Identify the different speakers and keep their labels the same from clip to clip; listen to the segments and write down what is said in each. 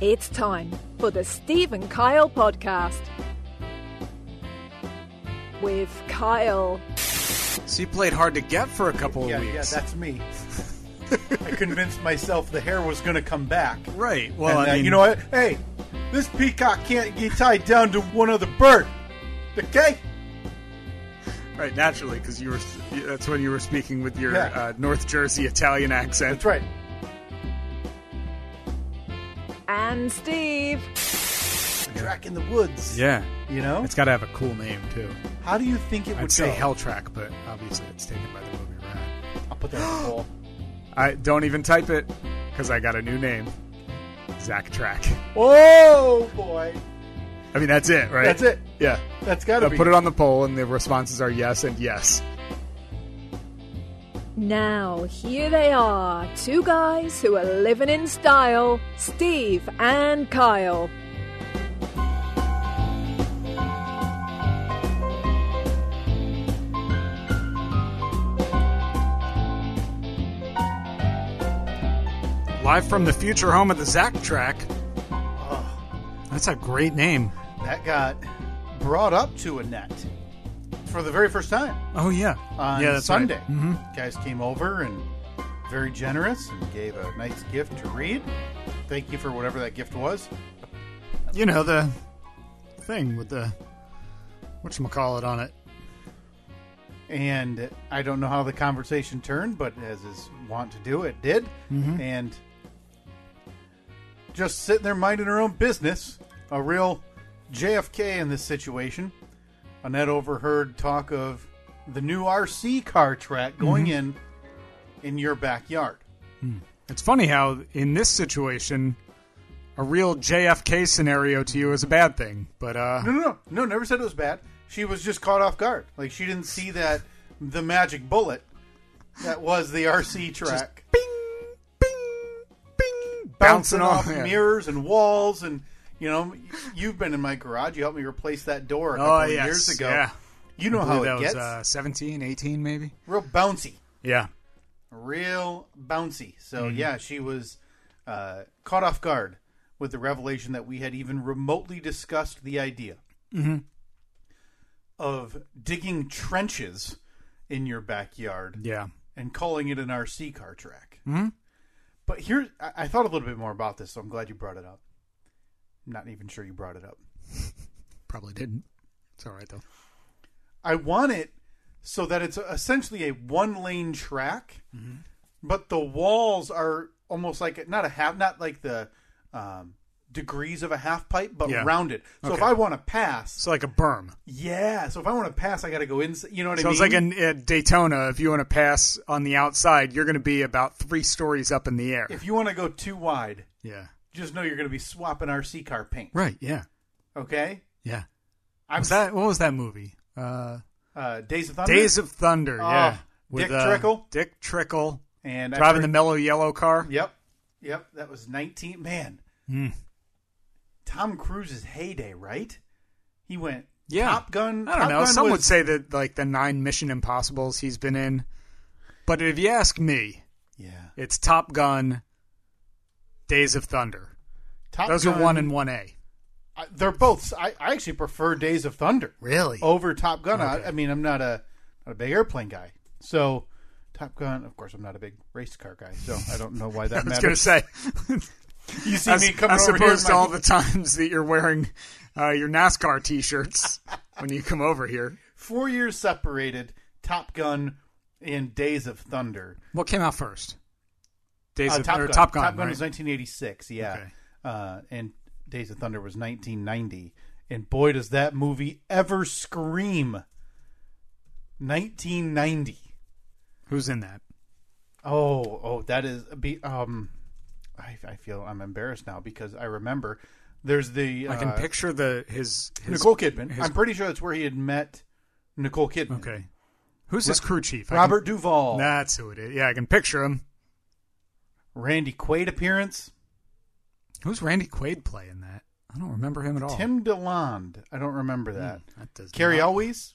Speaker 1: It's time for the Steve and Kyle podcast with Kyle.
Speaker 2: So you played hard to get for a couple of
Speaker 3: yeah,
Speaker 2: weeks.
Speaker 3: yeah, that's me. I convinced myself the hair was going to come back.
Speaker 2: right. Well, I
Speaker 3: and, uh,
Speaker 2: mean,
Speaker 3: you know what? Hey, this peacock can't get tied down to one other bird. Okay?
Speaker 2: Right, naturally, because you were. That's when you were speaking with your
Speaker 3: Yeah.
Speaker 2: uh, North Jersey Italian accent.
Speaker 3: That's right.
Speaker 1: And Steve.
Speaker 3: Track in the woods.
Speaker 2: Yeah,
Speaker 3: You know?
Speaker 2: it's got to have a cool name too.
Speaker 3: How do you think it would
Speaker 2: I'd say
Speaker 3: go?
Speaker 2: Hell Track, but obviously it's taken by the movie Rat.
Speaker 3: I'll put that on the wall.
Speaker 2: I don't even type it because I got a new name, Zach Track.
Speaker 3: Oh, boy.
Speaker 2: I mean, that's it, right?
Speaker 3: That's it.
Speaker 2: Yeah.
Speaker 3: That's got
Speaker 2: Uh,
Speaker 3: to be.
Speaker 2: put it on the poll, and the responses are yes and yes.
Speaker 1: Now, here they are two guys who are living in style Steve and Kyle.
Speaker 2: Live from the future home of the Zach Track.
Speaker 3: Oh.
Speaker 2: That's a great name.
Speaker 3: that got brought up to Annette for the very first time.
Speaker 2: Oh yeah,
Speaker 3: on
Speaker 2: yeah, that's right.
Speaker 3: Sunday.
Speaker 2: Mhm.
Speaker 3: Guys came over and very generous and gave a nice gift to read. Thank you for whatever that gift was.
Speaker 2: you know the thing with the whatchamacallit on it
Speaker 3: And I don't know how the conversation turned, but as is wont to do, it did.
Speaker 2: Mm-hmm.
Speaker 3: And just sitting there minding her own business, a real JFK in this situation. Annette overheard talk of the new RC car track going
Speaker 2: Mm-hmm.
Speaker 3: in in your backyard.
Speaker 2: it's funny how in this situation a real jfk scenario to you is a bad thing but uh
Speaker 3: No, no, no, no. Never said it was bad. She was just caught off guard. Like she didn't see that the magic bullet that was the RC track
Speaker 2: bing bing bing
Speaker 3: bouncing, off
Speaker 2: yeah.
Speaker 3: mirrors and walls, and you know, you've been in my garage. You helped me replace that door a couple
Speaker 2: oh
Speaker 3: of
Speaker 2: yes
Speaker 3: years ago.
Speaker 2: yeah
Speaker 3: You know
Speaker 2: I
Speaker 3: how
Speaker 2: believe
Speaker 3: it
Speaker 2: that was
Speaker 3: gets.
Speaker 2: uh 17 18 maybe
Speaker 3: Real bouncy,
Speaker 2: yeah
Speaker 3: real bouncy. So yeah, she was uh, caught off guard with the revelation that we had even remotely discussed the idea of digging trenches in your backyard.
Speaker 2: yeah
Speaker 3: and calling it an RC car track. But here, I, I thought a little bit more about this, so I'm glad you brought it up. I'm not even sure you brought it up.
Speaker 2: probably didn't it's all right though
Speaker 3: I want it so that it's essentially a one lane track, but the walls are almost like not a half, not like the um, degrees of a half pipe, but
Speaker 2: Yeah.
Speaker 3: rounded. So if
Speaker 2: Okay.
Speaker 3: I want to pass,
Speaker 2: it's like a berm
Speaker 3: yeah. So if I want to pass, I got to go inside. You know what I
Speaker 2: so
Speaker 3: mean?
Speaker 2: it's like in at Daytona. If you want to pass on the outside, you're going to be about three stories up in the air.
Speaker 3: if you want to go too wide,
Speaker 2: yeah.
Speaker 3: just know you're going to be swapping RC car paint.
Speaker 2: Right. Yeah.
Speaker 3: Okay.
Speaker 2: Yeah.
Speaker 3: I'm
Speaker 2: was that what was that movie? Uh,
Speaker 3: uh, Days of Thunder.
Speaker 2: Days of Thunder.
Speaker 3: Oh,
Speaker 2: yeah, uh,
Speaker 3: Dick Trickle?
Speaker 2: Dick Trickle
Speaker 3: and I've
Speaker 2: driving
Speaker 3: heard-
Speaker 2: the mellow yellow car.
Speaker 3: Yep, yep. That was nineteen. Man,
Speaker 2: Hmm.
Speaker 3: Tom Cruise's heyday, right? He went.
Speaker 2: Yeah.
Speaker 3: Top Gun.
Speaker 2: I don't
Speaker 3: Top
Speaker 2: know.
Speaker 3: Gun
Speaker 2: Some
Speaker 3: was-
Speaker 2: would say that like the nine Mission Impossibles he's been in, but if you ask me,
Speaker 3: Yeah.
Speaker 2: it's Top Gun, Days of Thunder.
Speaker 3: Top
Speaker 2: Those
Speaker 3: Gun-
Speaker 2: are one and one A.
Speaker 3: I, they're both. I, I actually prefer Days of Thunder
Speaker 2: Really? Oh,
Speaker 3: over Top Gun.
Speaker 2: Okay.
Speaker 3: I, I mean, I'm not a not a big airplane guy, so. Top Gun, of course, I'm not a big race car guy, so I don't know why that
Speaker 2: I was
Speaker 3: matters.
Speaker 2: going to say.
Speaker 3: you see
Speaker 2: As,
Speaker 3: me coming
Speaker 2: as
Speaker 3: over here in
Speaker 2: opposed to
Speaker 3: my-
Speaker 2: all the times that you're wearing uh, your NASCAR T-shirts when you come over here.
Speaker 3: four years separated. Top Gun and Days of Thunder.
Speaker 2: What came out first? Days
Speaker 3: Uh,
Speaker 2: of
Speaker 3: Top,
Speaker 2: or
Speaker 3: Gun.
Speaker 2: Top Gun. right?
Speaker 3: was 1986, yeah.
Speaker 2: Okay.
Speaker 3: Uh, and Days of Thunder was 1990. And boy, does that movie ever scream 1990.
Speaker 2: Who's in that?
Speaker 3: Oh, oh, that is be um I, I feel I'm embarrassed now because I remember there's the
Speaker 2: I can
Speaker 3: uh,
Speaker 2: picture the his, his
Speaker 3: Nicole Kidman.
Speaker 2: his-
Speaker 3: I'm pretty sure that's where he had met Nicole Kidman.
Speaker 2: Okay. Who's his crew chief? I can-
Speaker 3: Robert Duvall,
Speaker 2: that's who it is. Yeah, I can picture him.
Speaker 3: Randy Quaid appearance,
Speaker 2: Who's Randy Quaid playing that? I don't remember him at all.
Speaker 3: Tim DeLonde. I don't remember
Speaker 2: Hmm.
Speaker 3: that.
Speaker 2: That does
Speaker 3: Carrie
Speaker 2: not-
Speaker 3: Elwes.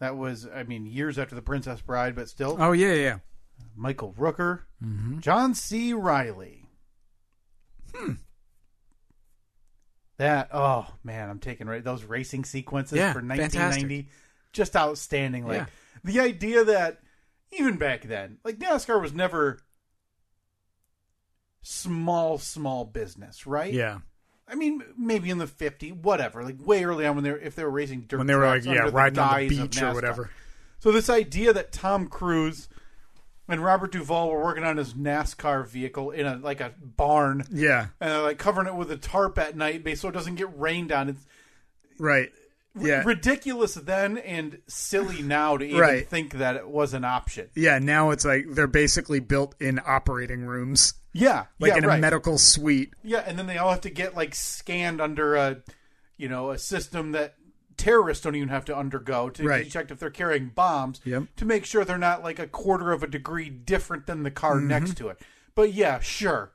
Speaker 3: That was, I mean, years after The Princess Bride, but still.
Speaker 2: Oh yeah, yeah.
Speaker 3: Michael Rooker,
Speaker 2: Mm-hmm.
Speaker 3: John C. Riley. That oh man, I'm taking right those racing sequences
Speaker 2: Yeah,
Speaker 3: for
Speaker 2: fantastic.
Speaker 3: 1990, just outstanding. Like
Speaker 2: Yeah.
Speaker 3: the idea that even back then, like NASCAR was never small, small business, right?
Speaker 2: Yeah.
Speaker 3: I mean, maybe in the 50, whatever, like way early on when they were if they were racing dirt
Speaker 2: When they were like,
Speaker 3: tracks
Speaker 2: yeah,
Speaker 3: under the
Speaker 2: riding on the
Speaker 3: guise of
Speaker 2: beach or
Speaker 3: NASCAR.
Speaker 2: whatever.
Speaker 3: So this idea that Tom Cruise and Robert Duvall were working on his NASCAR vehicle in a like a barn
Speaker 2: Yeah.
Speaker 3: and they're like covering it with a tarp at night ba- so it doesn't get rained on. It's
Speaker 2: Right.
Speaker 3: r-
Speaker 2: Yeah.
Speaker 3: ridiculous then and silly now to even
Speaker 2: Right.
Speaker 3: think that it was an option.
Speaker 2: Yeah. Now it's like they're basically built in operating rooms,
Speaker 3: Yeah,
Speaker 2: like
Speaker 3: yeah,
Speaker 2: in a
Speaker 3: right.
Speaker 2: medical suite.
Speaker 3: Yeah, and then they all have to get like scanned under a, you know, a system that terrorists don't even have to undergo to
Speaker 2: Right.
Speaker 3: detect if they're carrying bombs
Speaker 2: Yep.
Speaker 3: to make sure they're not like a quarter of a degree different than the car
Speaker 2: Mm-hmm.
Speaker 3: next to it. But yeah, sure.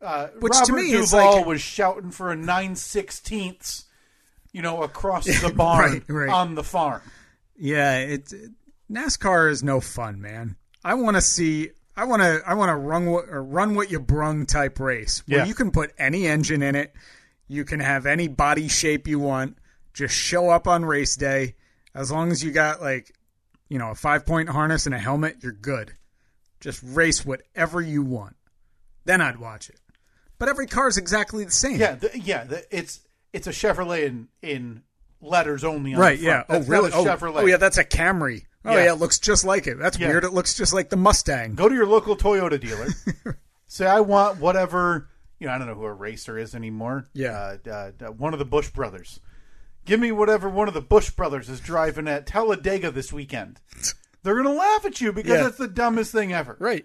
Speaker 3: Uh,
Speaker 2: Which to
Speaker 3: Robert
Speaker 2: me
Speaker 3: Duvall
Speaker 2: is like-
Speaker 3: was shouting for a nine sixteenths, you know, across the barn
Speaker 2: Right, right.
Speaker 3: on the farm.
Speaker 2: Yeah, it, it- NASCAR is no fun, man. I want to see. I want to. I want to run what or run what you brung type race where
Speaker 3: Yeah.
Speaker 2: you can put any engine in it, you can have any body shape you want. Just show up on race day. As long as you got like, you know, a five point harness and a helmet, you're good. Just race whatever you want. Then I'd watch it. But every car's exactly the same.
Speaker 3: Yeah, the, yeah, the, it's it's a Chevrolet in in letters only. On
Speaker 2: Right,
Speaker 3: the
Speaker 2: yeah.
Speaker 3: front.
Speaker 2: Oh,
Speaker 3: That's
Speaker 2: really?
Speaker 3: Not a
Speaker 2: Oh,
Speaker 3: Chevrolet.
Speaker 2: oh, yeah, that's a Camry. Oh,
Speaker 3: Yeah.
Speaker 2: yeah, it looks just like it. That's
Speaker 3: Yeah.
Speaker 2: weird. It looks just like the Mustang.
Speaker 3: go to your local Toyota dealer. say I want whatever you know. I don't know who a racer is anymore.
Speaker 2: Yeah.
Speaker 3: uh, uh, uh, one of the Bush brothers. Give me whatever one of the Bush brothers is driving at Talladega this weekend. They're gonna laugh at you because
Speaker 2: Yeah.
Speaker 3: that's the dumbest thing ever.
Speaker 2: Right.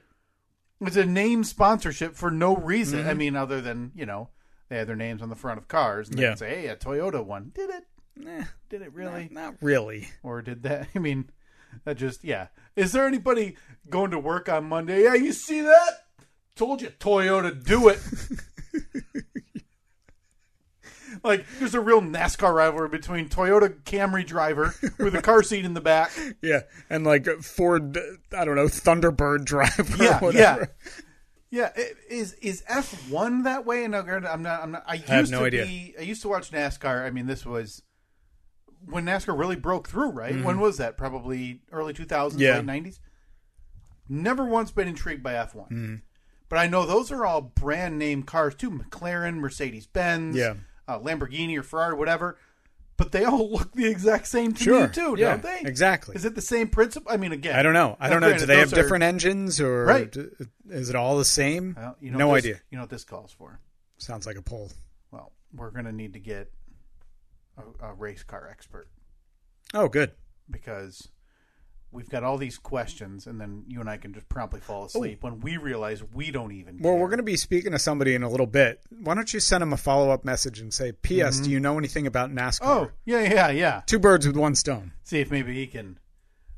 Speaker 3: It's a name sponsorship for no reason.
Speaker 2: Mm-hmm.
Speaker 3: I mean, other than you know they had their names on the front of cars and they
Speaker 2: Yeah.
Speaker 3: can say, "Hey, a Toyota one did it." Did it really?
Speaker 2: Not really.
Speaker 3: or did that? I mean, that just yeah. Is there anybody going to work on Monday? Yeah, you see that? Told you, Toyota, do it. like, there's a real NASCAR rivalry between Toyota Camry driver with a car seat in the back.
Speaker 2: Yeah, and like Ford, uh, I don't know, Thunderbird driver.
Speaker 3: Yeah,
Speaker 2: or
Speaker 3: yeah.
Speaker 2: whatever.
Speaker 3: Yeah, i- is is F one that way? And I'm not. I'm not. I used
Speaker 2: have no
Speaker 3: to
Speaker 2: idea.
Speaker 3: be. I used to watch NASCAR. I mean, this was when NASCAR really broke through. Right? When was that? Probably early 2000s,
Speaker 2: Mm-hmm. Yeah.
Speaker 3: late 90s. Never once been intrigued by F one,
Speaker 2: Mm-hmm.
Speaker 3: but I know those are all brand name cars too: McLaren, Mercedes Benz,
Speaker 2: Yeah.
Speaker 3: uh, Lamborghini or Ferrari, whatever. But they all look the exact same to
Speaker 2: Sure.
Speaker 3: me too,
Speaker 2: Yeah,
Speaker 3: don't they?
Speaker 2: exactly.
Speaker 3: Is it the same principle? I mean, again,
Speaker 2: I don't know. I
Speaker 3: now
Speaker 2: don't know. Do
Speaker 3: granted,
Speaker 2: they have
Speaker 3: those are-
Speaker 2: different engines or
Speaker 3: Right.
Speaker 2: d- is it all the same?
Speaker 3: Well, you know
Speaker 2: no
Speaker 3: what this-
Speaker 2: idea.
Speaker 3: You know what this calls for?
Speaker 2: Sounds like a poll.
Speaker 3: Well, we're going to need to get a, a race car expert
Speaker 2: Oh, good.
Speaker 3: because we've got all these questions, and then you and I can just promptly fall asleep when we realize we don't even.
Speaker 2: Oh. Well,
Speaker 3: care.
Speaker 2: we're going to be speaking to somebody in a little bit. Why don't you send them a follow up message and say, P.S. Do you know anything about NASCAR?
Speaker 3: Mm-hmm. Oh yeah, yeah, yeah.
Speaker 2: Two birds with one stone.
Speaker 3: See if maybe he can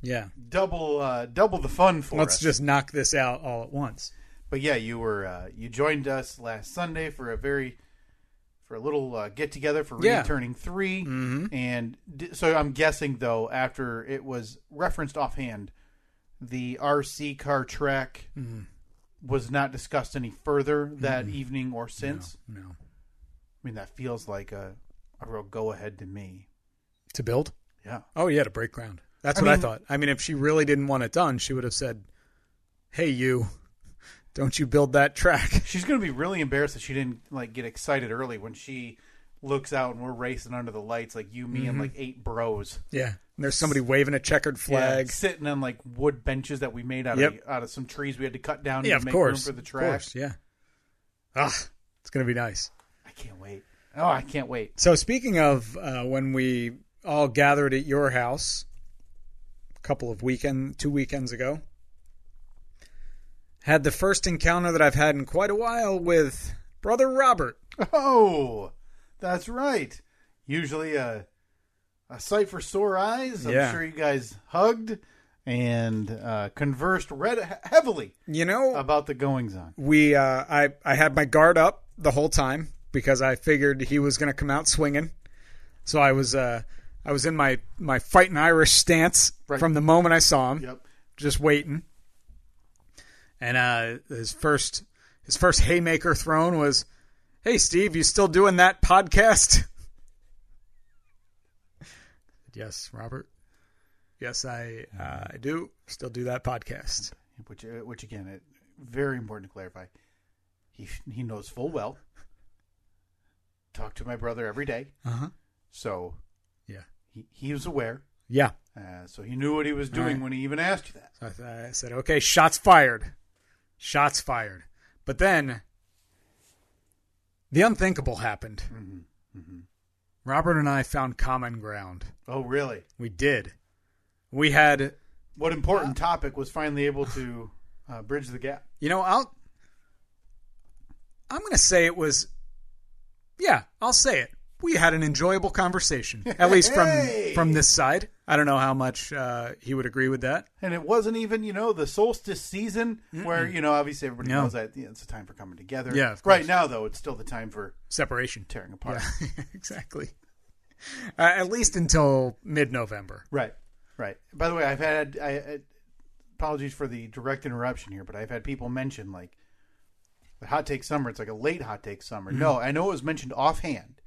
Speaker 2: Yeah.
Speaker 3: double uh, double the fun for
Speaker 2: Let's
Speaker 3: us.
Speaker 2: just knock this out all at once.
Speaker 3: But yeah, you were uh, you joined us last Sunday for a very for a little uh, get together for
Speaker 2: Yeah. Mm-hmm.
Speaker 3: returning 3 and d- so I'm guessing though after it was referenced offhand, the RC car track
Speaker 2: Mm-hmm.
Speaker 3: was not discussed any further that evening or since.
Speaker 2: No.
Speaker 3: I mean, that feels like a a real go ahead to me.
Speaker 2: To build?
Speaker 3: Yeah,
Speaker 2: Oh yeah, to break ground. That's
Speaker 3: I
Speaker 2: what I
Speaker 3: mean-
Speaker 2: thought. I mean, if she really didn't want it done, she would have said, "Hey, you, don't you build that track?"
Speaker 3: she's gonna be really embarrassed that she didn't like get excited early when she looks out and we're racing under the lights like you, me,
Speaker 2: Mm-hmm.
Speaker 3: and like eight bros.
Speaker 2: Yeah. And there's somebody waving a checkered flag.
Speaker 3: Yeah, sitting on like wood benches that we made out
Speaker 2: Yep.
Speaker 3: of out of some trees we had to cut down
Speaker 2: Yeah,
Speaker 3: to
Speaker 2: of
Speaker 3: make
Speaker 2: course.
Speaker 3: room for
Speaker 2: Of
Speaker 3: the track.
Speaker 2: course, yeah. Ah, it's gonna be nice.
Speaker 3: I can't wait. Oh, I can't wait.
Speaker 2: So speaking of uh, when we all gathered at your house a couple of weekend, two weekends ago, had the first encounter that I've had in quite a while with Brother Robert.
Speaker 3: Oh, that's right. Usually a a sight for sore eyes. I'm
Speaker 2: Yeah.
Speaker 3: sure you guys hugged and uh, conversed read heavily
Speaker 2: You know,
Speaker 3: about the goings on.
Speaker 2: we uh, I I had my guard up the whole time because I figured he was going to come out swinging. So I was uh, I was in my my fighting Irish stance
Speaker 3: Right.
Speaker 2: from the moment I saw him,
Speaker 3: Yep.
Speaker 2: just waiting. And uh, his first his first haymaker thrown was, "Hey Steve, you still doing that podcast?" yes, Robert. Yes, I uh, I do still do that podcast.
Speaker 3: Which uh, which again, it, very important to clarify. He he knows full well. Talk to my brother every day,
Speaker 2: Uh huh.
Speaker 3: so
Speaker 2: Yeah.
Speaker 3: he he was aware.
Speaker 2: Yeah.
Speaker 3: Uh, so he knew what he was doing
Speaker 2: Right.
Speaker 3: when he even asked you that.
Speaker 2: So I, th- I said, okay, shots fired. Shots fired. But then the unthinkable happened. Robert and I found common ground.
Speaker 3: Oh, really?
Speaker 2: We did. We had,
Speaker 3: What important topic was finally able to uh, bridge the gap?
Speaker 2: you know, I'll, I'm going to say it was, yeah, I'll say it. We had an enjoyable conversation, at least from
Speaker 3: Hey!
Speaker 2: from this side. I don't know how much uh, he would agree with that.
Speaker 3: And it wasn't even, you know, the solstice season where, you know, obviously everybody
Speaker 2: No.
Speaker 3: knows that yeah, it's a time for coming together.
Speaker 2: Yeah, of
Speaker 3: Right
Speaker 2: course.
Speaker 3: now, though, it's still the time for
Speaker 2: Separation.
Speaker 3: tearing apart.
Speaker 2: Yeah, exactly. Uh, at least until mid-November.
Speaker 3: Right, right. By the way, I've had, I, I, apologies for the direct interruption here, but I've had people mention, like, the hot take summer. It's like a late hot take summer.
Speaker 2: Mm-hmm.
Speaker 3: No, I know it was mentioned offhand,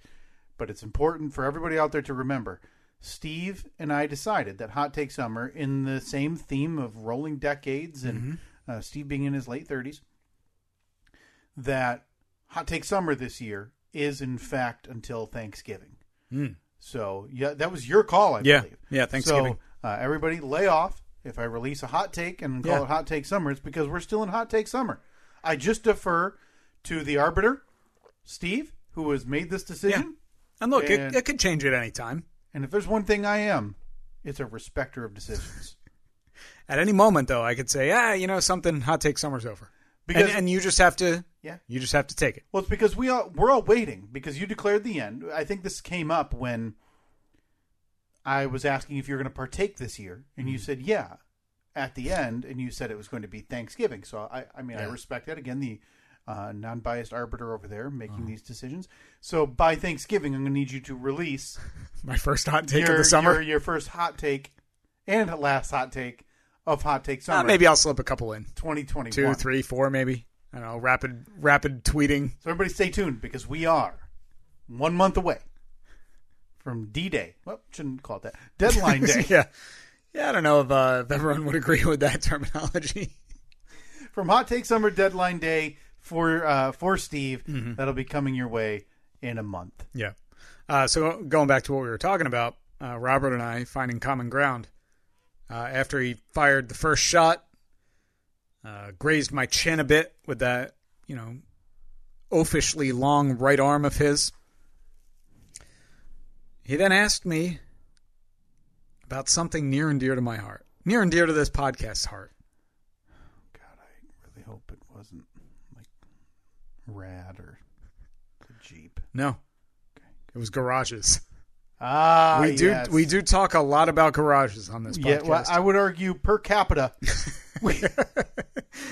Speaker 3: but it's important for everybody out there to remember. Steve and I decided that hot take summer, in the same theme of rolling decades and
Speaker 2: Mm-hmm.
Speaker 3: uh, Steve being in his late 30s, that hot take summer this year is, in fact, until Thanksgiving. So, yeah, that was your call, I
Speaker 2: Hmm. Yeah.
Speaker 3: believe.
Speaker 2: Yeah, Thanksgiving.
Speaker 3: So, uh, everybody lay off. If I release a hot take and call
Speaker 2: Yeah.
Speaker 3: it hot take summer, it's because we're still in hot take summer. I just defer to the arbiter, Steve, who has made this decision.
Speaker 2: And look,
Speaker 3: And-
Speaker 2: it, it could change at any time.
Speaker 3: And if there's one thing I am, it's a respecter of decisions.
Speaker 2: At any moment, though, I could say, ah, you know, something. Hot take summer's over.
Speaker 3: Because-
Speaker 2: and, and you just have to,
Speaker 3: Yeah.
Speaker 2: you just have to take it.
Speaker 3: Well, it's because we all we're all waiting because you declared the end. I think this came up when I was asking if you're going to partake this year, and
Speaker 2: Hmm.
Speaker 3: you said yeah at the end, and you said it was going to be Thanksgiving. So I, I mean, I
Speaker 2: Yeah.
Speaker 3: respect that. Again, the uh, non-biased arbiter over there making
Speaker 2: Uh-huh.
Speaker 3: these decisions. So by Thanksgiving, I'm going to need you to release
Speaker 2: My first hot take
Speaker 3: your,
Speaker 2: of the summer.
Speaker 3: your your first hot take and last hot take of hot take
Speaker 2: Ah,
Speaker 3: summer.
Speaker 2: maybe I'll slip a couple in.
Speaker 3: 2021.
Speaker 2: Two, three, four, maybe. I don't know. Rapid, rapid tweeting.
Speaker 3: So everybody stay tuned because we are one month away from D Day. Well, shouldn't call it that. Deadline Day.
Speaker 2: yeah, yeah. I don't know if, uh, if everyone would agree with that terminology.
Speaker 3: From Hot Take Summer Deadline Day for uh, for Steve.
Speaker 2: Mm-hmm.
Speaker 3: That'll be coming your way in a month.
Speaker 2: Yeah. Uh, so going back to what we were talking about, uh, Robert and I finding common ground. Uh, after he fired the first shot, uh, grazed my chin a bit with that, you know, oafishly long right arm of his. He then asked me about something near and dear to my heart, near and dear to this podcast's heart.
Speaker 3: God, I really hope it wasn't like Rad or the Jeep.
Speaker 2: No, it was garages.
Speaker 3: Ah,
Speaker 2: we do
Speaker 3: yes.
Speaker 2: we do talk a lot about garages on this podcast.
Speaker 3: Yeah, well, I would argue per capita. we,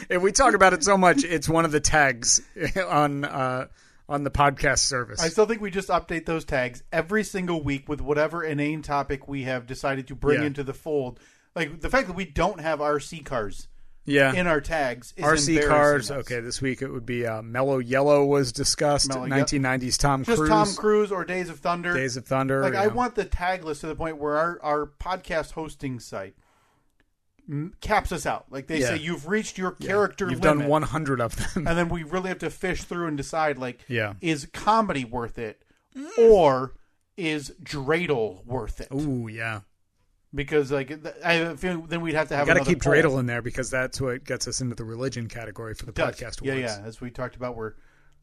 Speaker 2: and we talk about it so much it's one of the tags on uh on the podcast service
Speaker 3: I still think we just update those tags every single week with whatever inane topic we have decided to bring
Speaker 2: Yeah.
Speaker 3: into the fold. Like the fact that we don't have RC cars
Speaker 2: yeah
Speaker 3: in our tags is
Speaker 2: rc
Speaker 3: embarrassing
Speaker 2: cars
Speaker 3: us.
Speaker 2: okay this week it would be uh mellow yellow was discussed
Speaker 3: Mellow Ye-
Speaker 2: 1990s tom
Speaker 3: Just
Speaker 2: cruise,
Speaker 3: Tom Cruise or Days of Thunder.
Speaker 2: days of thunder
Speaker 3: like
Speaker 2: you
Speaker 3: I
Speaker 2: know.
Speaker 3: want the tag list to the point where our our podcast hosting site m- caps us out. Like they
Speaker 2: Yeah.
Speaker 3: say you've reached your
Speaker 2: Yeah.
Speaker 3: character
Speaker 2: you've
Speaker 3: limit.
Speaker 2: done 100 of them
Speaker 3: and then we really have to fish through and decide like
Speaker 2: Yeah. Mm.
Speaker 3: is comedy worth it or is dreidel worth it?
Speaker 2: Ooh, yeah.
Speaker 3: because like th- I have a feeling then we'd have to
Speaker 2: You
Speaker 3: have
Speaker 2: got to
Speaker 3: another
Speaker 2: keep
Speaker 3: poll.
Speaker 2: dreidel in there because that's what gets us into the religion category for the
Speaker 3: Does.
Speaker 2: podcast.
Speaker 3: Yeah,
Speaker 2: awards.
Speaker 3: yeah. As we talked about, we're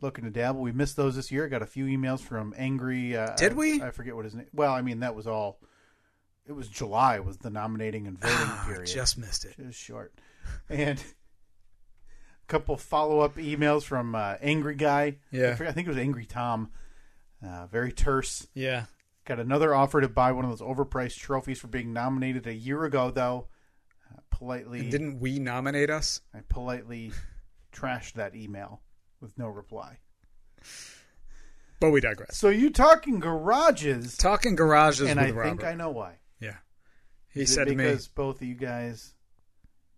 Speaker 3: looking to dabble. We missed those this year. Got a few emails from angry. Uh,
Speaker 2: Did
Speaker 3: I-
Speaker 2: we?
Speaker 3: I forget what his name. Well, I mean that was all. It was July was the nominating and voting
Speaker 2: Ah,
Speaker 3: period.
Speaker 2: Just missed it.
Speaker 3: Just short, and couple follow up emails from uh, Angry Guy.
Speaker 2: Yeah.
Speaker 3: I, forget- I think it was Angry Tom. Uh, very terse.
Speaker 2: Yeah.
Speaker 3: Got another offer to buy one of those overpriced trophies for being nominated a year ago, though. Uh, politely,
Speaker 2: And didn't we nominate us?
Speaker 3: I politely trashed that email with no reply.
Speaker 2: But we digress.
Speaker 3: So you talking garages,
Speaker 2: Talking garages
Speaker 3: and I
Speaker 2: with
Speaker 3: think
Speaker 2: Robert.
Speaker 3: I know why.
Speaker 2: yeah. He
Speaker 3: Is it
Speaker 2: said to me,
Speaker 3: because both of you guys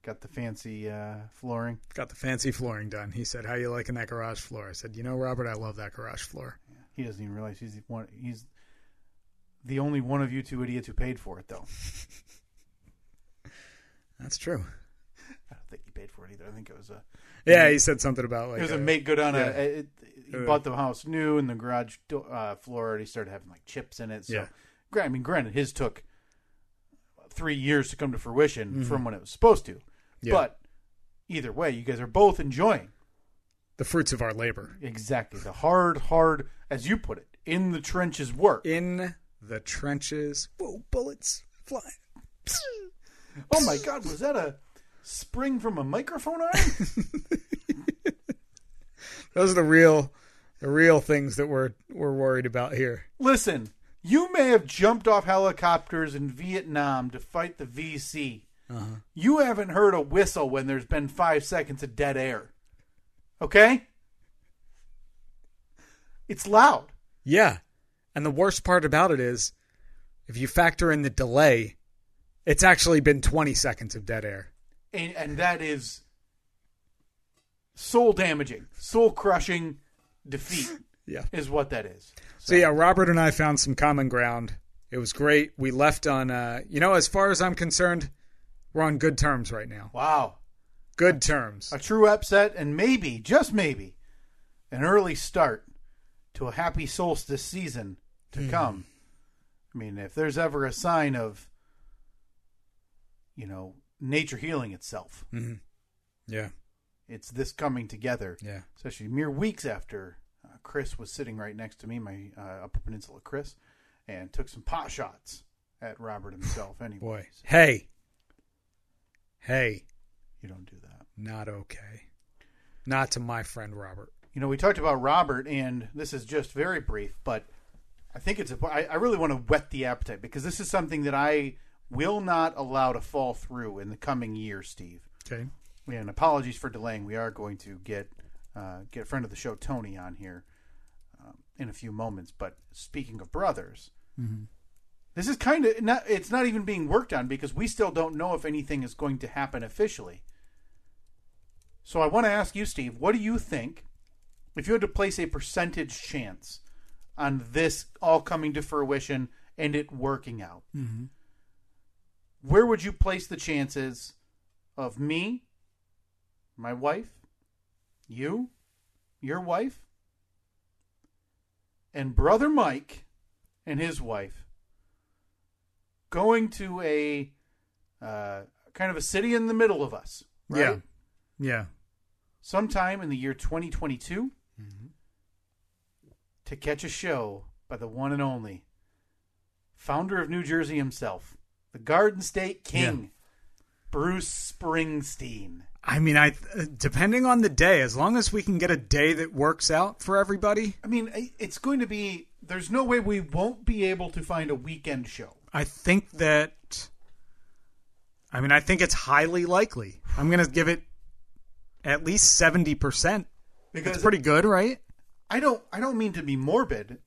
Speaker 3: got the fancy uh, flooring.
Speaker 2: got the fancy flooring done. He said, how you liking that garage floor? I said, you know, Robert, I love that garage floor.
Speaker 3: He doesn't even realize he's the one. He's the only one of you two idiots who paid for it, though.
Speaker 2: That's true.
Speaker 3: I don't think he paid for it either. I think it was a
Speaker 2: Yeah, he said something about like
Speaker 3: it was
Speaker 2: uh,
Speaker 3: a make good on
Speaker 2: yeah.
Speaker 3: a. It, it- he
Speaker 2: Yeah.
Speaker 3: bought the house new, and the garage do- uh, floor already started having like chips in it. So,
Speaker 2: Yeah.
Speaker 3: gra- I mean, granted, his took three years to come to fruition from when it was supposed to.
Speaker 2: Mm-hmm. Yeah.
Speaker 3: But either way, you guys are both enjoying
Speaker 2: the fruits of our labor
Speaker 3: exactly the hard, hard, as you put it, in the trenches work.
Speaker 2: in the trenches. Whoa, bullets flying.
Speaker 3: Oh my God, was that a spring from a microphone arm?
Speaker 2: Those are the real, the real things that we're we're worried about here.
Speaker 3: Listen, you may have jumped off helicopters in Vietnam to fight the VC. You haven't heard a whistle when there's been five seconds of dead air. Okay? It's loud.
Speaker 2: Yeah, and the worst part about it is, if you factor in the delay, it's actually been 20 seconds of dead air.
Speaker 3: And, and that is soul damaging, soul crushing defeat,
Speaker 2: Yeah.
Speaker 3: is what that is.
Speaker 2: So yeah, Robert and I found some common ground. It was great. We left on, uh, you know, as far as I'm concerned, we're on good terms right now.
Speaker 3: Wow.
Speaker 2: Good terms.
Speaker 3: a true upset and maybe, just maybe, an early start to a happy solstice season to come. I mean, if there's ever a sign of, you know, nature healing itself,
Speaker 2: Mhm. Yeah,
Speaker 3: it's this coming together,
Speaker 2: yeah,
Speaker 3: especially mere weeks after uh, Chris was sitting right next to me, my uh, Upper Peninsula Chris, and took some pot shots at Robert himself.
Speaker 2: boy.
Speaker 3: Anyways,
Speaker 2: Hey, hey.
Speaker 3: you don't do that.
Speaker 2: not okay. Not to my friend Robert.
Speaker 3: you know, we talked about Robert, and this is just very brief, but I think it's. A, I, I really want to whet the appetite because this is something that I will not allow to fall through in the coming year, Steve.
Speaker 2: Okay.
Speaker 3: And apologies for delaying. We are going to get uh, get a friend of the show Tony on here um, in a few moments. But speaking of brothers, this is kind of not. It's not even being worked on because we still don't know if anything is going to happen officially. So I want to ask you, Steve, what do you think if you had to place a percentage chance on this all coming to fruition and it working out? Where would you place the chances of me, my wife, you, your wife, and brother Mike and his wife going to a uh, kind of a city in the middle of us? Right?
Speaker 2: Yeah. Yeah.
Speaker 3: sometime in the year 2022
Speaker 2: Mm-hmm.
Speaker 3: to catch a show by the one and only founder of New Jersey himself, the Garden State King, Bruce Springsteen.
Speaker 2: I mean, I uh, depending on the day, as long as we can get a day that works out for everybody,
Speaker 3: I mean, I- it's going to be. There's no way we won't be able to find a weekend show.
Speaker 2: I think that. I mean, I think it's highly likely. I'm going to give it at least 70%. That's
Speaker 3: Because
Speaker 2: pretty good, right?
Speaker 3: I don't. I don't mean to be morbid.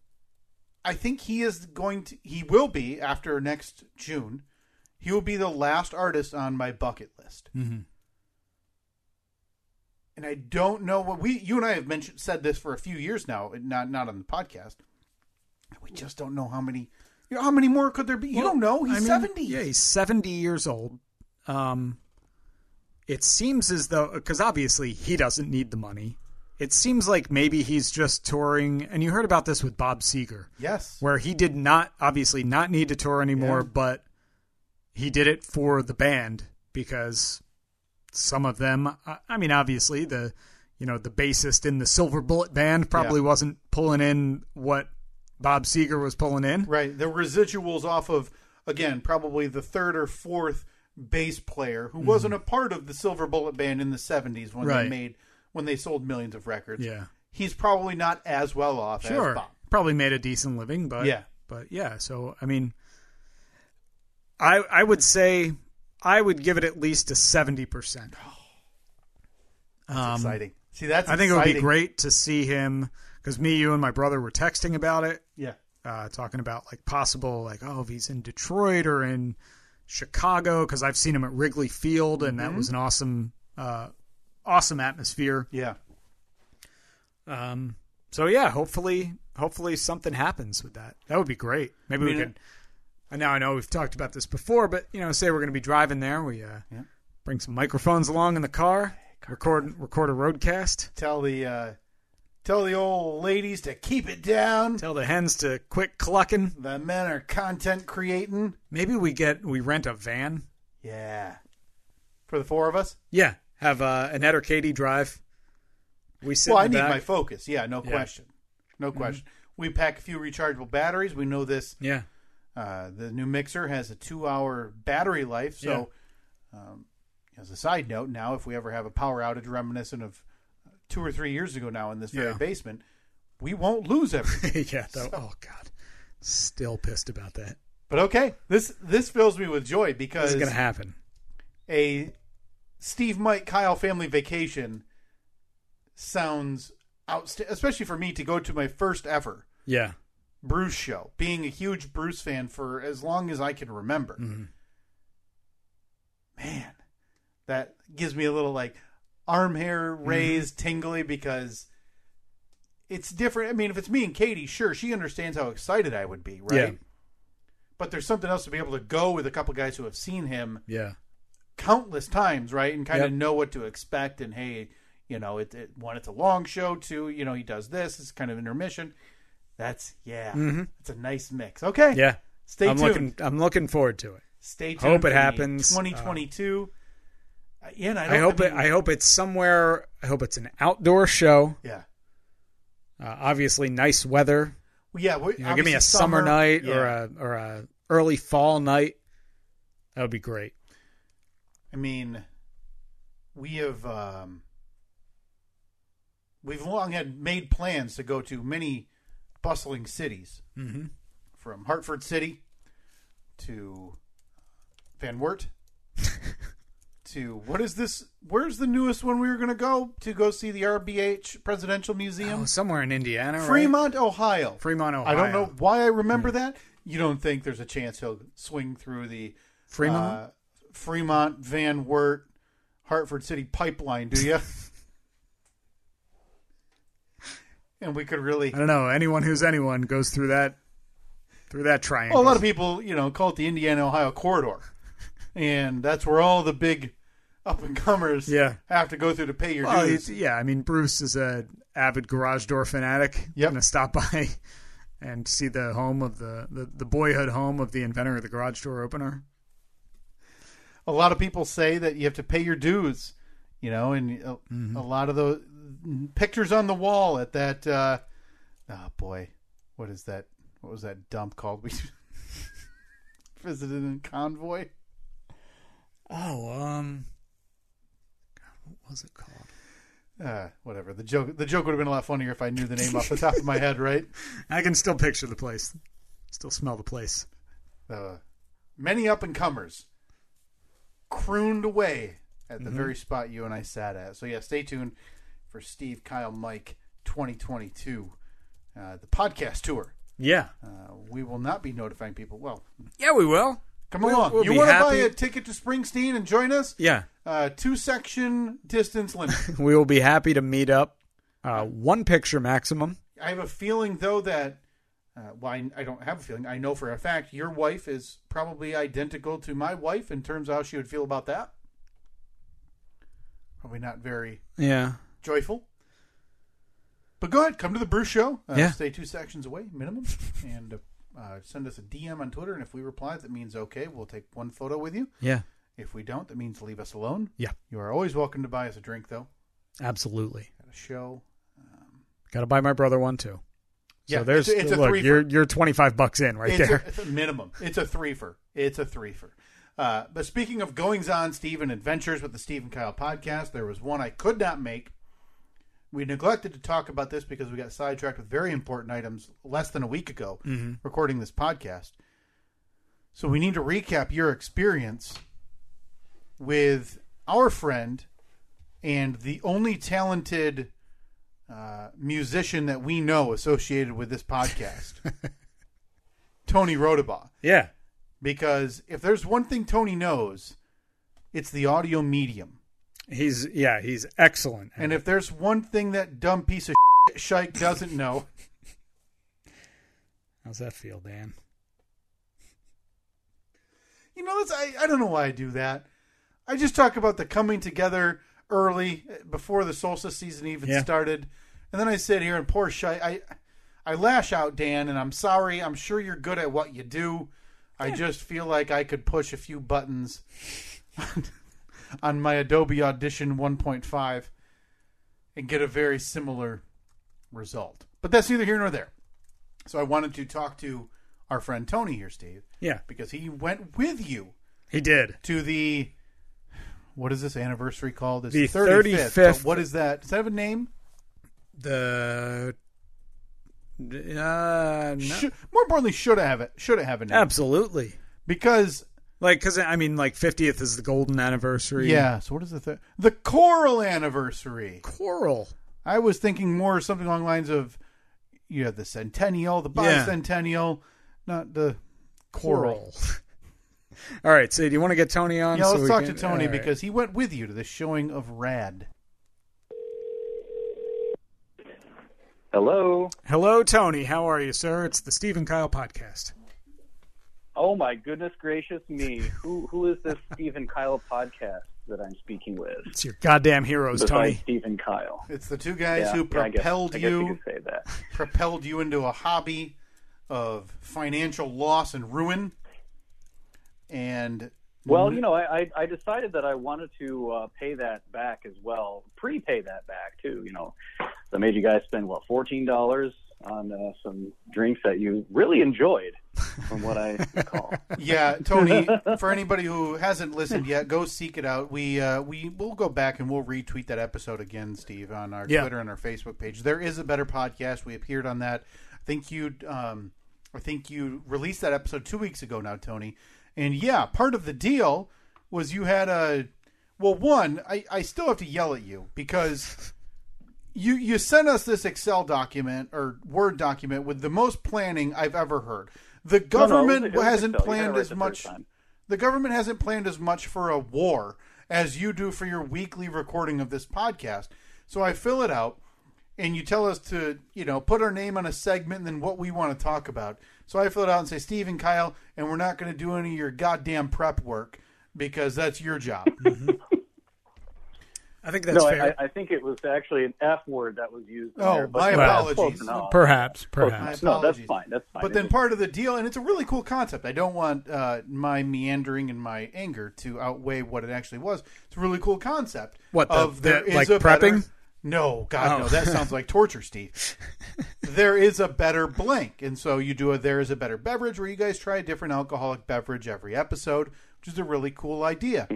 Speaker 3: I think he is going to. He will be after next June. He will be the last artist on my bucket list.
Speaker 2: Mhm.
Speaker 3: and I don't know what we you and I have mentioned said this for a few years now, and not not on the podcast. We just don't know how many you know, how many more could there be? You don't know. He's
Speaker 2: I mean,
Speaker 3: seventy.
Speaker 2: Yeah, he's 70 years old. Um, it seems as though, because obviously he doesn't need the money. It seems like maybe he's just touring. And you heard about this with Bob Seger,
Speaker 3: yes.
Speaker 2: where he did not, obviously, not need to tour anymore,
Speaker 3: Yeah.
Speaker 2: but he did it for the band because some of them, I, I mean, obviously, the. You know, the bassist in the Silver Bullet Band probably
Speaker 3: Yeah.
Speaker 2: wasn't pulling in what Bob Seger was pulling in.
Speaker 3: Right. The residuals off of again, probably the third or fourth bass player who wasn't a part of the Silver Bullet Band in the seventies when
Speaker 2: Mm-hmm. Right.
Speaker 3: they made when they sold millions of records.
Speaker 2: Yeah.
Speaker 3: He's probably not as well off as
Speaker 2: Sure.
Speaker 3: Bob.
Speaker 2: Probably made a decent living, but
Speaker 3: Yeah.
Speaker 2: But yeah, so I mean I I would say I would give it at least a 70%.
Speaker 3: That's exciting. See, that's
Speaker 2: Um, I think it would be
Speaker 3: exciting.
Speaker 2: great to see him cuz me you and my brother were texting about it
Speaker 3: Yeah.
Speaker 2: uh, talking about like possible like oh if he's in Detroit or in Chicago because I've seen him at Wrigley Field and
Speaker 3: Mm-hmm.
Speaker 2: that was an awesome uh, awesome atmosphere.
Speaker 3: Yeah.
Speaker 2: Um, so yeah, hopefully hopefully something happens with that. That would be great. Maybe
Speaker 3: mean,
Speaker 2: we could. And now I know we've talked about this before, but you know, say we're going to be driving there, we uh,
Speaker 3: Yeah.
Speaker 2: bring some microphones along in the car, record record a roadcast.
Speaker 3: Tell the uh, tell the old ladies to keep it down.
Speaker 2: Tell the hens to quit clucking.
Speaker 3: The men are content creating.
Speaker 2: Maybe we get we rent a van.
Speaker 3: Yeah. For the four of us.
Speaker 2: Yeah, have uh, an or Katie drive. We sit.
Speaker 3: well, I
Speaker 2: in
Speaker 3: need
Speaker 2: the back.
Speaker 3: my focus. Yeah, no
Speaker 2: Yeah. Mm-hmm.
Speaker 3: question. No question. We pack a few rechargeable batteries. We know this.
Speaker 2: Yeah,
Speaker 3: Uh, the new mixer has a two-hour battery life. So, um, as a side note, now if we ever have a power outage reminiscent of two or three years ago, now in this very
Speaker 2: Yeah.
Speaker 3: basement, we won't lose everything.
Speaker 2: yeah. Though, oh God, still pissed about that.
Speaker 3: but okay, this this fills me with joy
Speaker 2: This
Speaker 3: because
Speaker 2: is gonna happen.
Speaker 3: a Steve, Mike, Kyle family vacation sounds outstanding, especially for me to go to my first ever
Speaker 2: Yeah,
Speaker 3: Bruce show, being a huge Bruce fan for as long as I can remember. Man, that gives me a little like arm hair raised, tingly because it's different. I mean, if it's me and Katie, sure, she understands how excited I would be,
Speaker 2: Yeah.
Speaker 3: right? But there's something else to be able to go with a couple guys who have seen him
Speaker 2: yeah,
Speaker 3: countless times, right? And kind of
Speaker 2: Yep.
Speaker 3: know what to expect. And hey, you know, it, it one, it's a long show. Two, you know, he does this. It's kind of intermission. That's yeah.
Speaker 2: Mhm.
Speaker 3: It's a nice mix. Okay.
Speaker 2: yeah.
Speaker 3: Stay
Speaker 2: I'm
Speaker 3: tuned.
Speaker 2: looking. I'm looking forward to it.
Speaker 3: Stay tuned.
Speaker 2: hope it
Speaker 3: for the
Speaker 2: happens. uh,
Speaker 3: 2022. Uh, yeah. And I, don't,
Speaker 2: I, hope it.
Speaker 3: mean,
Speaker 2: I hope it's somewhere. I hope it's an outdoor show.
Speaker 3: yeah.
Speaker 2: Uh, obviously, nice weather.
Speaker 3: Well, yeah. we-
Speaker 2: You know, give me
Speaker 3: obviously
Speaker 2: a summer, night
Speaker 3: yeah.
Speaker 2: or a or a early fall night. That would be great.
Speaker 3: I mean, we have um, we've long had made plans to go to many bustling cities,
Speaker 2: Mm-hmm.
Speaker 3: from Hartford City to Van Wert to what is this? Where's the newest one we were going to go to go see the RBH Presidential Museum?
Speaker 2: Oh, somewhere in Indiana, right?
Speaker 3: Fremont, Ohio.
Speaker 2: Fremont, Ohio. Mm.
Speaker 3: I don't know why I remember that. You don't think there's a chance he'll swing through the
Speaker 2: Fremont.
Speaker 3: uh, Fremont, Van Wert, Hartford City pipeline, do you? and we could really.
Speaker 2: I don't know. Anyone who's anyone goes through that through that triangle.
Speaker 3: Well, a lot of people, you know, call it the Indiana Ohio corridor, and that's where all the big up and comers
Speaker 2: Yeah.
Speaker 3: have to go through to pay your
Speaker 2: Well,
Speaker 3: dues.
Speaker 2: he's- yeah, I mean Bruce is a avid garage door fanatic.
Speaker 3: Yep.
Speaker 2: Gonna stop by and see the home of the, the, the boyhood home of the inventor of the garage door opener.
Speaker 3: a lot of people say that you have to pay your dues, you know, and a, a lot of those pictures on the wall at that. Uh, oh boy, what is that? What was that dump called? We visited in convoy.
Speaker 2: Oh, um God, what was it called?
Speaker 3: Uh, whatever the joke. The joke would have been a lot funnier if I knew the name off the top of my head, right?
Speaker 2: I can still picture the place. Still smell the place.
Speaker 3: Uh, many up and comers crooned away at
Speaker 2: Mm-hmm.
Speaker 3: the very spot you and I sat at. So yeah, stay tuned for Steve, Kyle, Mike, 2022, uh, the podcast tour.
Speaker 2: Yeah.
Speaker 3: Uh, we will not be notifying people. Well,
Speaker 2: Yeah, we will.
Speaker 3: come
Speaker 2: We'll-
Speaker 3: along.
Speaker 2: we'll
Speaker 3: you
Speaker 2: be
Speaker 3: want to buy
Speaker 2: happy.
Speaker 3: a ticket to Springsteen and join us?
Speaker 2: Yeah.
Speaker 3: Uh, two section distance limit.
Speaker 2: We will be happy to meet up. Uh, one picture maximum.
Speaker 3: I have a feeling though that. Uh, well, I, I don't have a feeling. I know for a fact your wife is probably identical to my wife in terms of how she would feel about that. Probably not very
Speaker 2: Yeah.
Speaker 3: joyful. But go ahead, come to the Bruce Show. Uh,
Speaker 2: Yeah.
Speaker 3: Stay two sections away, minimum, and uh, send us a DM on Twitter. And if we reply, that means okay. We'll take one photo with you.
Speaker 2: Yeah.
Speaker 3: If we don't, that means leave us alone.
Speaker 2: Yeah.
Speaker 3: You are always welcome to buy us a drink, though.
Speaker 2: Absolutely.
Speaker 3: At a show.
Speaker 2: Got to buy my brother one too.
Speaker 3: Yeah,
Speaker 2: so there's
Speaker 3: it's a- it's a
Speaker 2: look,
Speaker 3: three for-
Speaker 2: you're you're 25 bucks in right
Speaker 3: it's,
Speaker 2: there.
Speaker 3: A, it's a minimum. It's a threefer. It's a threefer. Uh, but speaking of goings on, Steve, and adventures with the Steve and Kyle podcast, there was one I could not make. We neglected to talk about this because we got sidetracked with very important items less than a week ago
Speaker 2: Mm-hmm.
Speaker 3: recording this podcast. So we need to recap your experience with our friend and the only talented uh, musician that we know associated with this podcast, Tony Rodabaugh.
Speaker 2: Yeah.
Speaker 3: Because if there's one thing Tony knows, it's the audio medium.
Speaker 2: He's yeah, he's excellent.
Speaker 3: And if there's one thing that dumb piece of shite doesn't know,
Speaker 2: How's that feel, Dan?
Speaker 3: you know, that's, I, I don't know why I do that. I just talk about the coming together early eh, before the solstice season even
Speaker 2: Yeah.
Speaker 3: started. And then I sit here and pour shite. I, I lash out, Dan, and I'm sorry. I'm sure you're good at what you do. I just feel like I could push a few buttons on my Adobe Audition 1.5 and get a very similar result. But that's neither here nor there. So I wanted to talk to our friend Tony here, Steve,
Speaker 2: Yeah,
Speaker 3: because he went with you
Speaker 2: he did.
Speaker 3: to the what is this anniversary called? It's
Speaker 2: The
Speaker 3: 35th.
Speaker 2: 35th.
Speaker 3: What is that? Does that have a name?
Speaker 2: The uh, no.
Speaker 3: Should, more importantly, should I have it? Should I have a name?
Speaker 2: absolutely.
Speaker 3: Because
Speaker 2: Like, cause I mean, like fiftieth is the golden anniversary.
Speaker 3: yeah. So what is the thir- the choral anniversary?
Speaker 2: coral.
Speaker 3: I was thinking more something along the lines of you have the centennial, the
Speaker 2: Yeah.
Speaker 3: bicentennial, not the choral.
Speaker 2: Coral. All right, so do you want to get Tony on?
Speaker 3: Yeah,
Speaker 2: so
Speaker 3: let's
Speaker 2: we
Speaker 3: talk
Speaker 2: can-
Speaker 3: to Tony
Speaker 2: all right.
Speaker 3: because he went with you to the showing of Rad.
Speaker 4: Hello.
Speaker 2: Hello, Tony. How are you, sir? It's the Steve and Kyle podcast.
Speaker 4: Oh my goodness gracious me! Who who is this Stephen Kyle podcast that I'm speaking with?
Speaker 2: It's your goddamn heroes,
Speaker 4: Besides
Speaker 2: Tony.
Speaker 4: Stephen Kyle,
Speaker 3: It's the two guys who
Speaker 4: yeah, I guess,
Speaker 3: propelled
Speaker 4: I guess
Speaker 3: you.
Speaker 4: could say that.
Speaker 3: propelled you into a hobby of financial loss and ruin. And
Speaker 4: Well, you know, I, I I decided that I wanted to uh, pay that back as well, prepay that back too. You know, I made you guys spend what fourteen dollars on uh, some drinks that you really enjoyed, from what I recall.
Speaker 3: yeah, Tony, for anybody who hasn't listened yet, go seek it out. We uh, we will go back and we'll retweet that episode again, Steve, on our
Speaker 2: Yeah.
Speaker 3: Twitter and our Facebook page. There is a better podcast. We appeared on that. I think you um, I think you released that episode two weeks ago now, Tony. And yeah, part of the deal was you had a well, one, I, I still have to yell at you because you you sent us this Excel document or Word document with the most planning I've ever heard. The
Speaker 4: No, no, it was-
Speaker 3: government
Speaker 4: it was
Speaker 3: hasn't
Speaker 4: Excel. You had it
Speaker 3: planned
Speaker 4: right
Speaker 3: as
Speaker 4: the
Speaker 3: much.
Speaker 4: first time.
Speaker 3: The government hasn't planned as much for a war as you do for your weekly recording of this podcast. So I fill it out, and you tell us to you know put our name on a segment and then what we want to talk about. So I fill it out and say Steve and Kyle, and we're not going to do any of your goddamn prep work because that's your job.
Speaker 2: I think that's
Speaker 4: no,
Speaker 2: fair.
Speaker 4: I, I think it was actually an F word that was used.
Speaker 3: Oh,
Speaker 4: there, but
Speaker 3: my
Speaker 4: yeah, that's
Speaker 3: apologies.
Speaker 4: close enough.
Speaker 2: perhaps,
Speaker 3: My
Speaker 2: perhaps.
Speaker 4: No, that's
Speaker 3: apologies.
Speaker 4: fine. That's fine.
Speaker 3: But then part of the deal, and it's a really cool concept. I don't want uh, my meandering and my anger to outweigh what it actually was. It's a really cool concept.
Speaker 2: What, the-
Speaker 3: of
Speaker 2: the-
Speaker 3: there is
Speaker 2: like
Speaker 3: a better-
Speaker 2: prepping?
Speaker 3: no, God
Speaker 2: Oh.
Speaker 3: no, that sounds like torture, Steve. there is a better blank, and so you do a there is a better beverage where you guys try a different alcoholic beverage every episode, which is a really cool idea.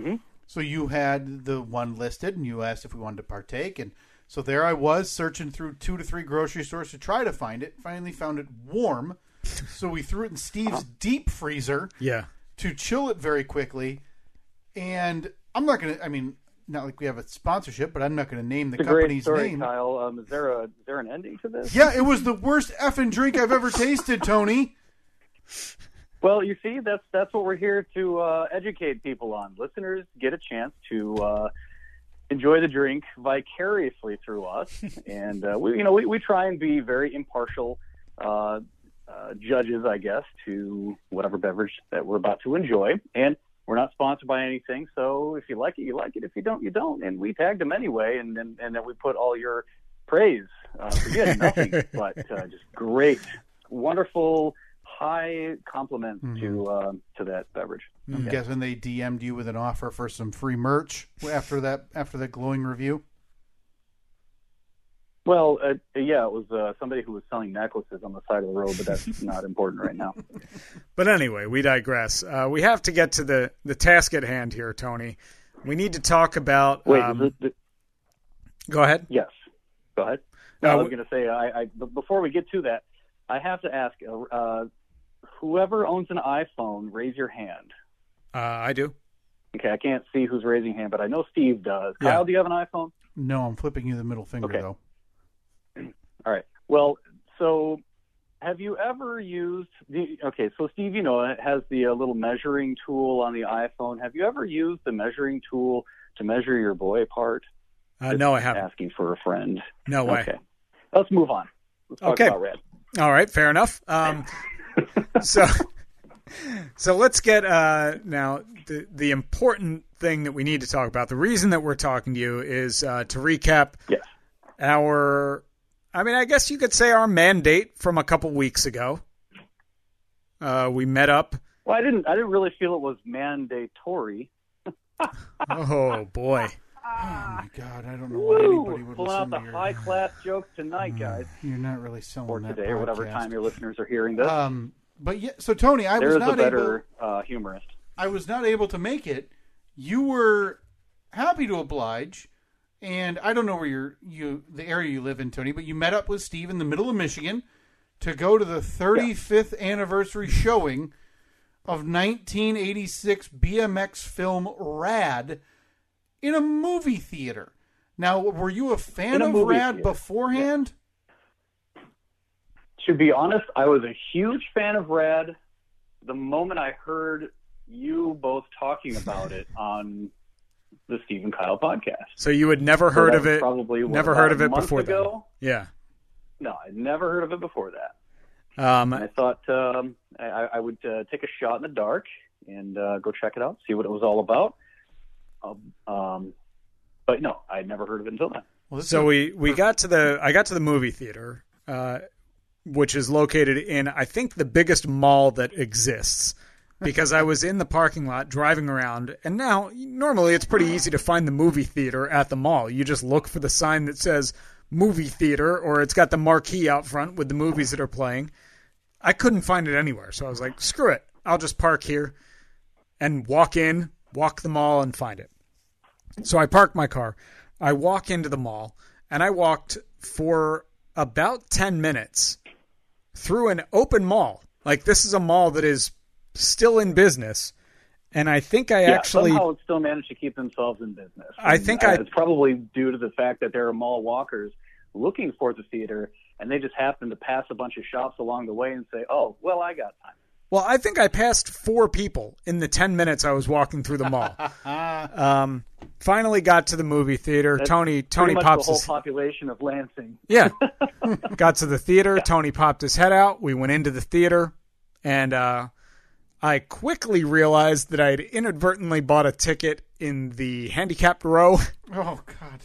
Speaker 3: So you had the one listed, and you asked if we wanted to partake, and so there I was searching through two to three grocery stores to try to find it. Finally found it warm, so we threw it in Steve's deep freezer
Speaker 2: Yeah.
Speaker 3: to chill it very quickly. And I'm not gonna. I mean, not like we have a sponsorship, but I'm not gonna name the
Speaker 4: it's a great
Speaker 3: company's
Speaker 4: story,
Speaker 3: name.
Speaker 4: Kyle. Um, is there a is there an ending to this?
Speaker 3: Yeah, it was the worst effing drink I've ever tasted, Tony.
Speaker 4: Well, you see, that's that's what we're here to uh, educate people on. Listeners get a chance to uh, enjoy the drink vicariously through us, and uh, we, you know, we, we try and be very impartial uh, uh, judges, I guess, to whatever beverage that we're about to enjoy. And we're not sponsored by anything, so if you like it, you like it. If you don't, you don't. And we tagged them anyway, and then and then we put all your praise. Uh, forget nothing, but uh, just great, wonderful, high compliment to
Speaker 2: Mm-hmm.
Speaker 4: uh, to that beverage.
Speaker 3: I'm guessing they DM'd you with an offer for some free merch after that after that glowing review.
Speaker 4: Well, uh, yeah, it was uh, somebody who was selling necklaces on the side of the road, but that's not important right now.
Speaker 2: But anyway, we digress. Uh, we have to get to the, the task at hand here, Tony. We need to talk about.
Speaker 4: Wait,
Speaker 2: um,
Speaker 4: is it,
Speaker 2: go ahead.
Speaker 4: yes. Go ahead. No,
Speaker 2: uh,
Speaker 4: I was going to say, I, I b- before we get to that, I have to ask uh, uh, whoever owns an iPhone, raise your hand.
Speaker 2: Uh, I do.
Speaker 4: Okay, I can't see who's raising hand, but I know Steve does.
Speaker 2: Yeah.
Speaker 4: Kyle, do you have an iPhone?
Speaker 3: No, I'm flipping you the middle finger
Speaker 4: Okay.
Speaker 3: though.
Speaker 4: All right. Well, so have you ever used the? Okay, so Steve, you know, it has the uh, little measuring tool on the iPhone. Have you ever used the measuring tool to measure your boy part?
Speaker 2: Uh, no, I haven't.
Speaker 4: Asking for a friend.
Speaker 2: No way.
Speaker 4: Okay. Let's move on. Let's talk
Speaker 2: Okay.
Speaker 4: about red.
Speaker 2: All right, fair enough. Um, so, so let's get uh, now the the important thing that we need to talk about. The reason that we're talking to you is uh, to recap
Speaker 4: Yes.
Speaker 2: our, I mean, I guess you could say our mandate from a couple weeks ago. Uh, we met up.
Speaker 4: Well, I didn't. I didn't really feel it was mandatory.
Speaker 2: Oh boy,
Speaker 3: Oh my god, I don't know why anybody would
Speaker 4: Pull
Speaker 3: listen
Speaker 4: out the
Speaker 3: to your.
Speaker 4: high class jokes tonight, guys,
Speaker 3: You're not really selling
Speaker 4: or
Speaker 3: that
Speaker 4: today, or whatever
Speaker 3: podcast.
Speaker 4: time your listeners are hearing this.
Speaker 3: Um, but yeah, so Tony, I
Speaker 4: there
Speaker 3: was
Speaker 4: is a
Speaker 3: not able.
Speaker 4: better uh, humorist.
Speaker 3: I was not able to make it. You were happy to oblige, and I don't know where you're you the area you live in, Tony, but you met up with Steve in the middle of Michigan to go to the 35th anniversary showing of 1986 BMX film Rad in a movie theater. Now, were you a fan
Speaker 4: In a
Speaker 3: of
Speaker 4: movie
Speaker 3: Rad
Speaker 4: theater.
Speaker 3: beforehand?
Speaker 4: to be honest, I was a huge fan of Rad the moment I heard you both talking about it on the Stephen Kyle podcast.
Speaker 2: so you had never heard
Speaker 4: that
Speaker 2: of
Speaker 4: was
Speaker 2: it?
Speaker 4: probably, what,
Speaker 2: never
Speaker 4: about
Speaker 2: heard
Speaker 4: a
Speaker 2: of it
Speaker 4: month
Speaker 2: before
Speaker 4: ago?
Speaker 2: then.
Speaker 4: No, I'd never heard of it before that.
Speaker 2: Yeah.
Speaker 4: And I
Speaker 2: Um,
Speaker 4: thought um, I, I I would uh, take a shot in the dark and uh, go check it out, see what it was all about. Um, um, but no, I'd never heard of it until then.
Speaker 3: Well, this
Speaker 2: so
Speaker 3: is-
Speaker 2: we we got to the I got to the movie theater, uh, which is located in I think the biggest mall that exists, because I was in the parking lot driving around, and now normally it's pretty easy to find the movie theater at the mall. You just look for the sign that says movie theater, or it's got the marquee out front with the movies that are playing. I couldn't find it anywhere, so I was like, screw it, I'll just park here, and walk in, walk the mall, and find it. So I park my car. I walk into the mall and I walked for about 10 minutes through an open mall. Like this is a mall that is still in business. And I think I actually
Speaker 4: somehow it still managed to keep themselves in business.
Speaker 2: I
Speaker 4: And,
Speaker 2: think
Speaker 4: uh,
Speaker 2: I-
Speaker 4: it's probably due to the fact that there are mall walkers looking for the theater, and they just happen to pass a bunch of shops along the way and say, "Oh, well, I got time."
Speaker 2: Well, I think I passed four people in the 10 minutes I was walking through the mall. um finally got to the movie theater. Tony Tony
Speaker 4: Pretty much
Speaker 2: pops
Speaker 4: the whole
Speaker 2: his-
Speaker 4: population of Lansing.
Speaker 2: Yeah. Got to the theater. Tony popped his head out. We went into the theater, and uh, I quickly realized that I had inadvertently bought a ticket in the handicapped row.
Speaker 3: Oh god.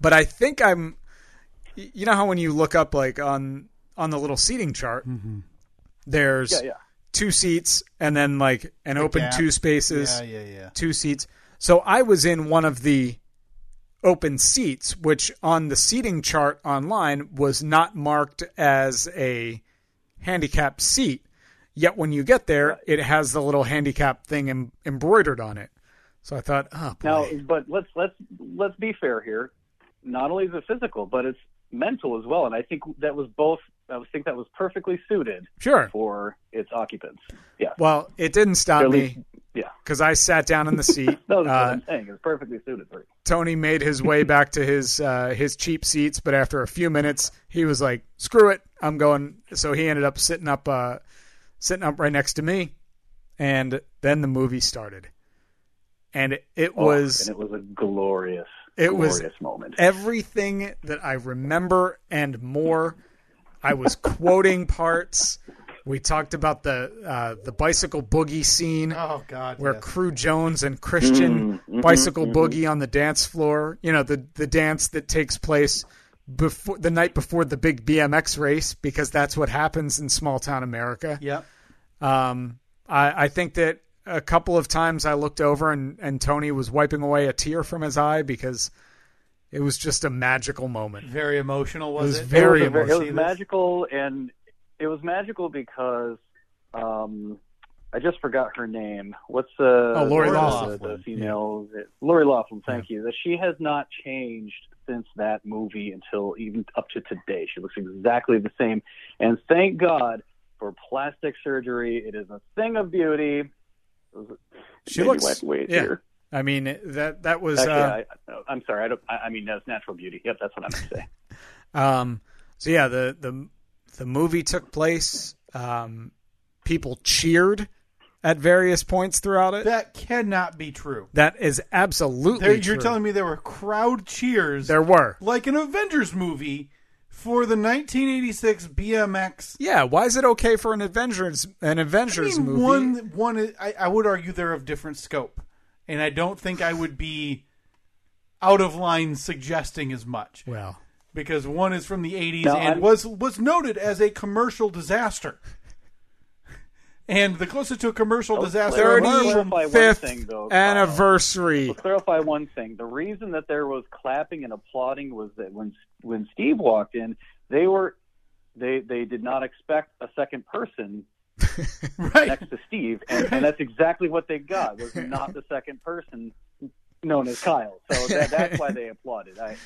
Speaker 2: But I think I'm. y- You know how when you look up like on on the little seating chart, there's
Speaker 4: Yeah, yeah.
Speaker 2: two seats and then like an open
Speaker 3: gap.
Speaker 2: two spaces,
Speaker 3: Yeah, yeah, yeah.
Speaker 2: two seats. So I was in one of the open seats, which on the seating chart online was not marked as a handicapped seat. Yet when you get there, it has the little handicap thing em- embroidered on it. So I thought, oh, boy.
Speaker 4: Now, but let's let's let's be fair here. Not only is it physical, but it's mental as well, and I think that was both. I think that was perfectly suited
Speaker 2: sure.
Speaker 4: for its occupants. Yeah,
Speaker 2: Well, it didn't stop
Speaker 4: At least-
Speaker 2: me
Speaker 4: yeah.
Speaker 2: because I sat down in the seat.
Speaker 4: That was what
Speaker 2: Uh,
Speaker 4: I'm saying. It's perfectly suited for it.
Speaker 2: Tony made his way back to his uh, his cheap seats, but after a few minutes, he was like, "Screw it, I'm going." So he ended up sitting up uh, sitting up right next to me, and then the movie started, and it, it
Speaker 4: Oh,
Speaker 2: was
Speaker 4: and it was a glorious,
Speaker 2: It was-
Speaker 4: glorious moment.
Speaker 2: everything that I remember and more. I was quoting parts. We talked about the uh, the bicycle boogie scene
Speaker 3: Oh god.
Speaker 2: where
Speaker 3: yes.
Speaker 2: Crew Jones and Christian bicycle boogie on the dance floor. You know, the the dance that takes place before the night before the big BMX race because that's what happens in small town America.
Speaker 3: Yep.
Speaker 2: Um, I, I think that a couple of times I looked over and, and Tony was wiping away a tear from his eye because it was just a magical moment.
Speaker 3: Very emotional, was
Speaker 2: was
Speaker 3: it?
Speaker 2: very
Speaker 4: it was, a very-
Speaker 2: emotional.
Speaker 4: it was magical, and it was magical because um, I just forgot her name. What's uh,
Speaker 2: Oh, Lori
Speaker 4: the-
Speaker 2: Loughlin.
Speaker 4: The, female Lori Laughlin. Thank you. That she has not changed since that movie until even up to today. She looks exactly the same. And thank God for plastic surgery. It is a thing of beauty.
Speaker 2: She
Speaker 4: Maybe
Speaker 2: looks-
Speaker 4: went way
Speaker 2: yeah.
Speaker 4: here.
Speaker 2: I mean that that was
Speaker 4: Actually,
Speaker 2: uh,
Speaker 4: I, I'm sorry. I, don't, I, I mean, that's natural beauty. Yep, that's what I'm going to say.
Speaker 2: um so yeah the the the movie took place um people cheered at various points throughout it.
Speaker 3: That cannot be true.
Speaker 2: that is absolutely
Speaker 3: There,
Speaker 2: true.
Speaker 3: you're telling me there were crowd cheers,
Speaker 2: there were.
Speaker 3: like an Avengers movie, for the 1986 BMX.
Speaker 2: Yeah, why is it okay for an Avengers an
Speaker 3: I
Speaker 2: Avengers
Speaker 3: mean,
Speaker 2: movie?
Speaker 3: one, one. is- I, I would argue they're of different scope, and I don't think I would be out of line suggesting as much
Speaker 2: Well,
Speaker 3: because one is from the 80s
Speaker 4: No,
Speaker 3: and
Speaker 4: I'm-
Speaker 3: was was noted as a commercial disaster. And the closest to a commercial
Speaker 4: Oh,
Speaker 3: disaster,
Speaker 4: There
Speaker 3: a
Speaker 4: are more-
Speaker 3: Marvel-
Speaker 4: Clarify one
Speaker 2: 35th
Speaker 4: thing, though, Kyle.
Speaker 2: anniversary.
Speaker 4: We'll clarify one thing. The reason that there was clapping and applauding was that when when Steve walked in, they were they they did not expect a second person
Speaker 3: right?
Speaker 4: next to Steve, and, and that's exactly what they got was not the second person known as Kyle. So that, that's why they applauded. I.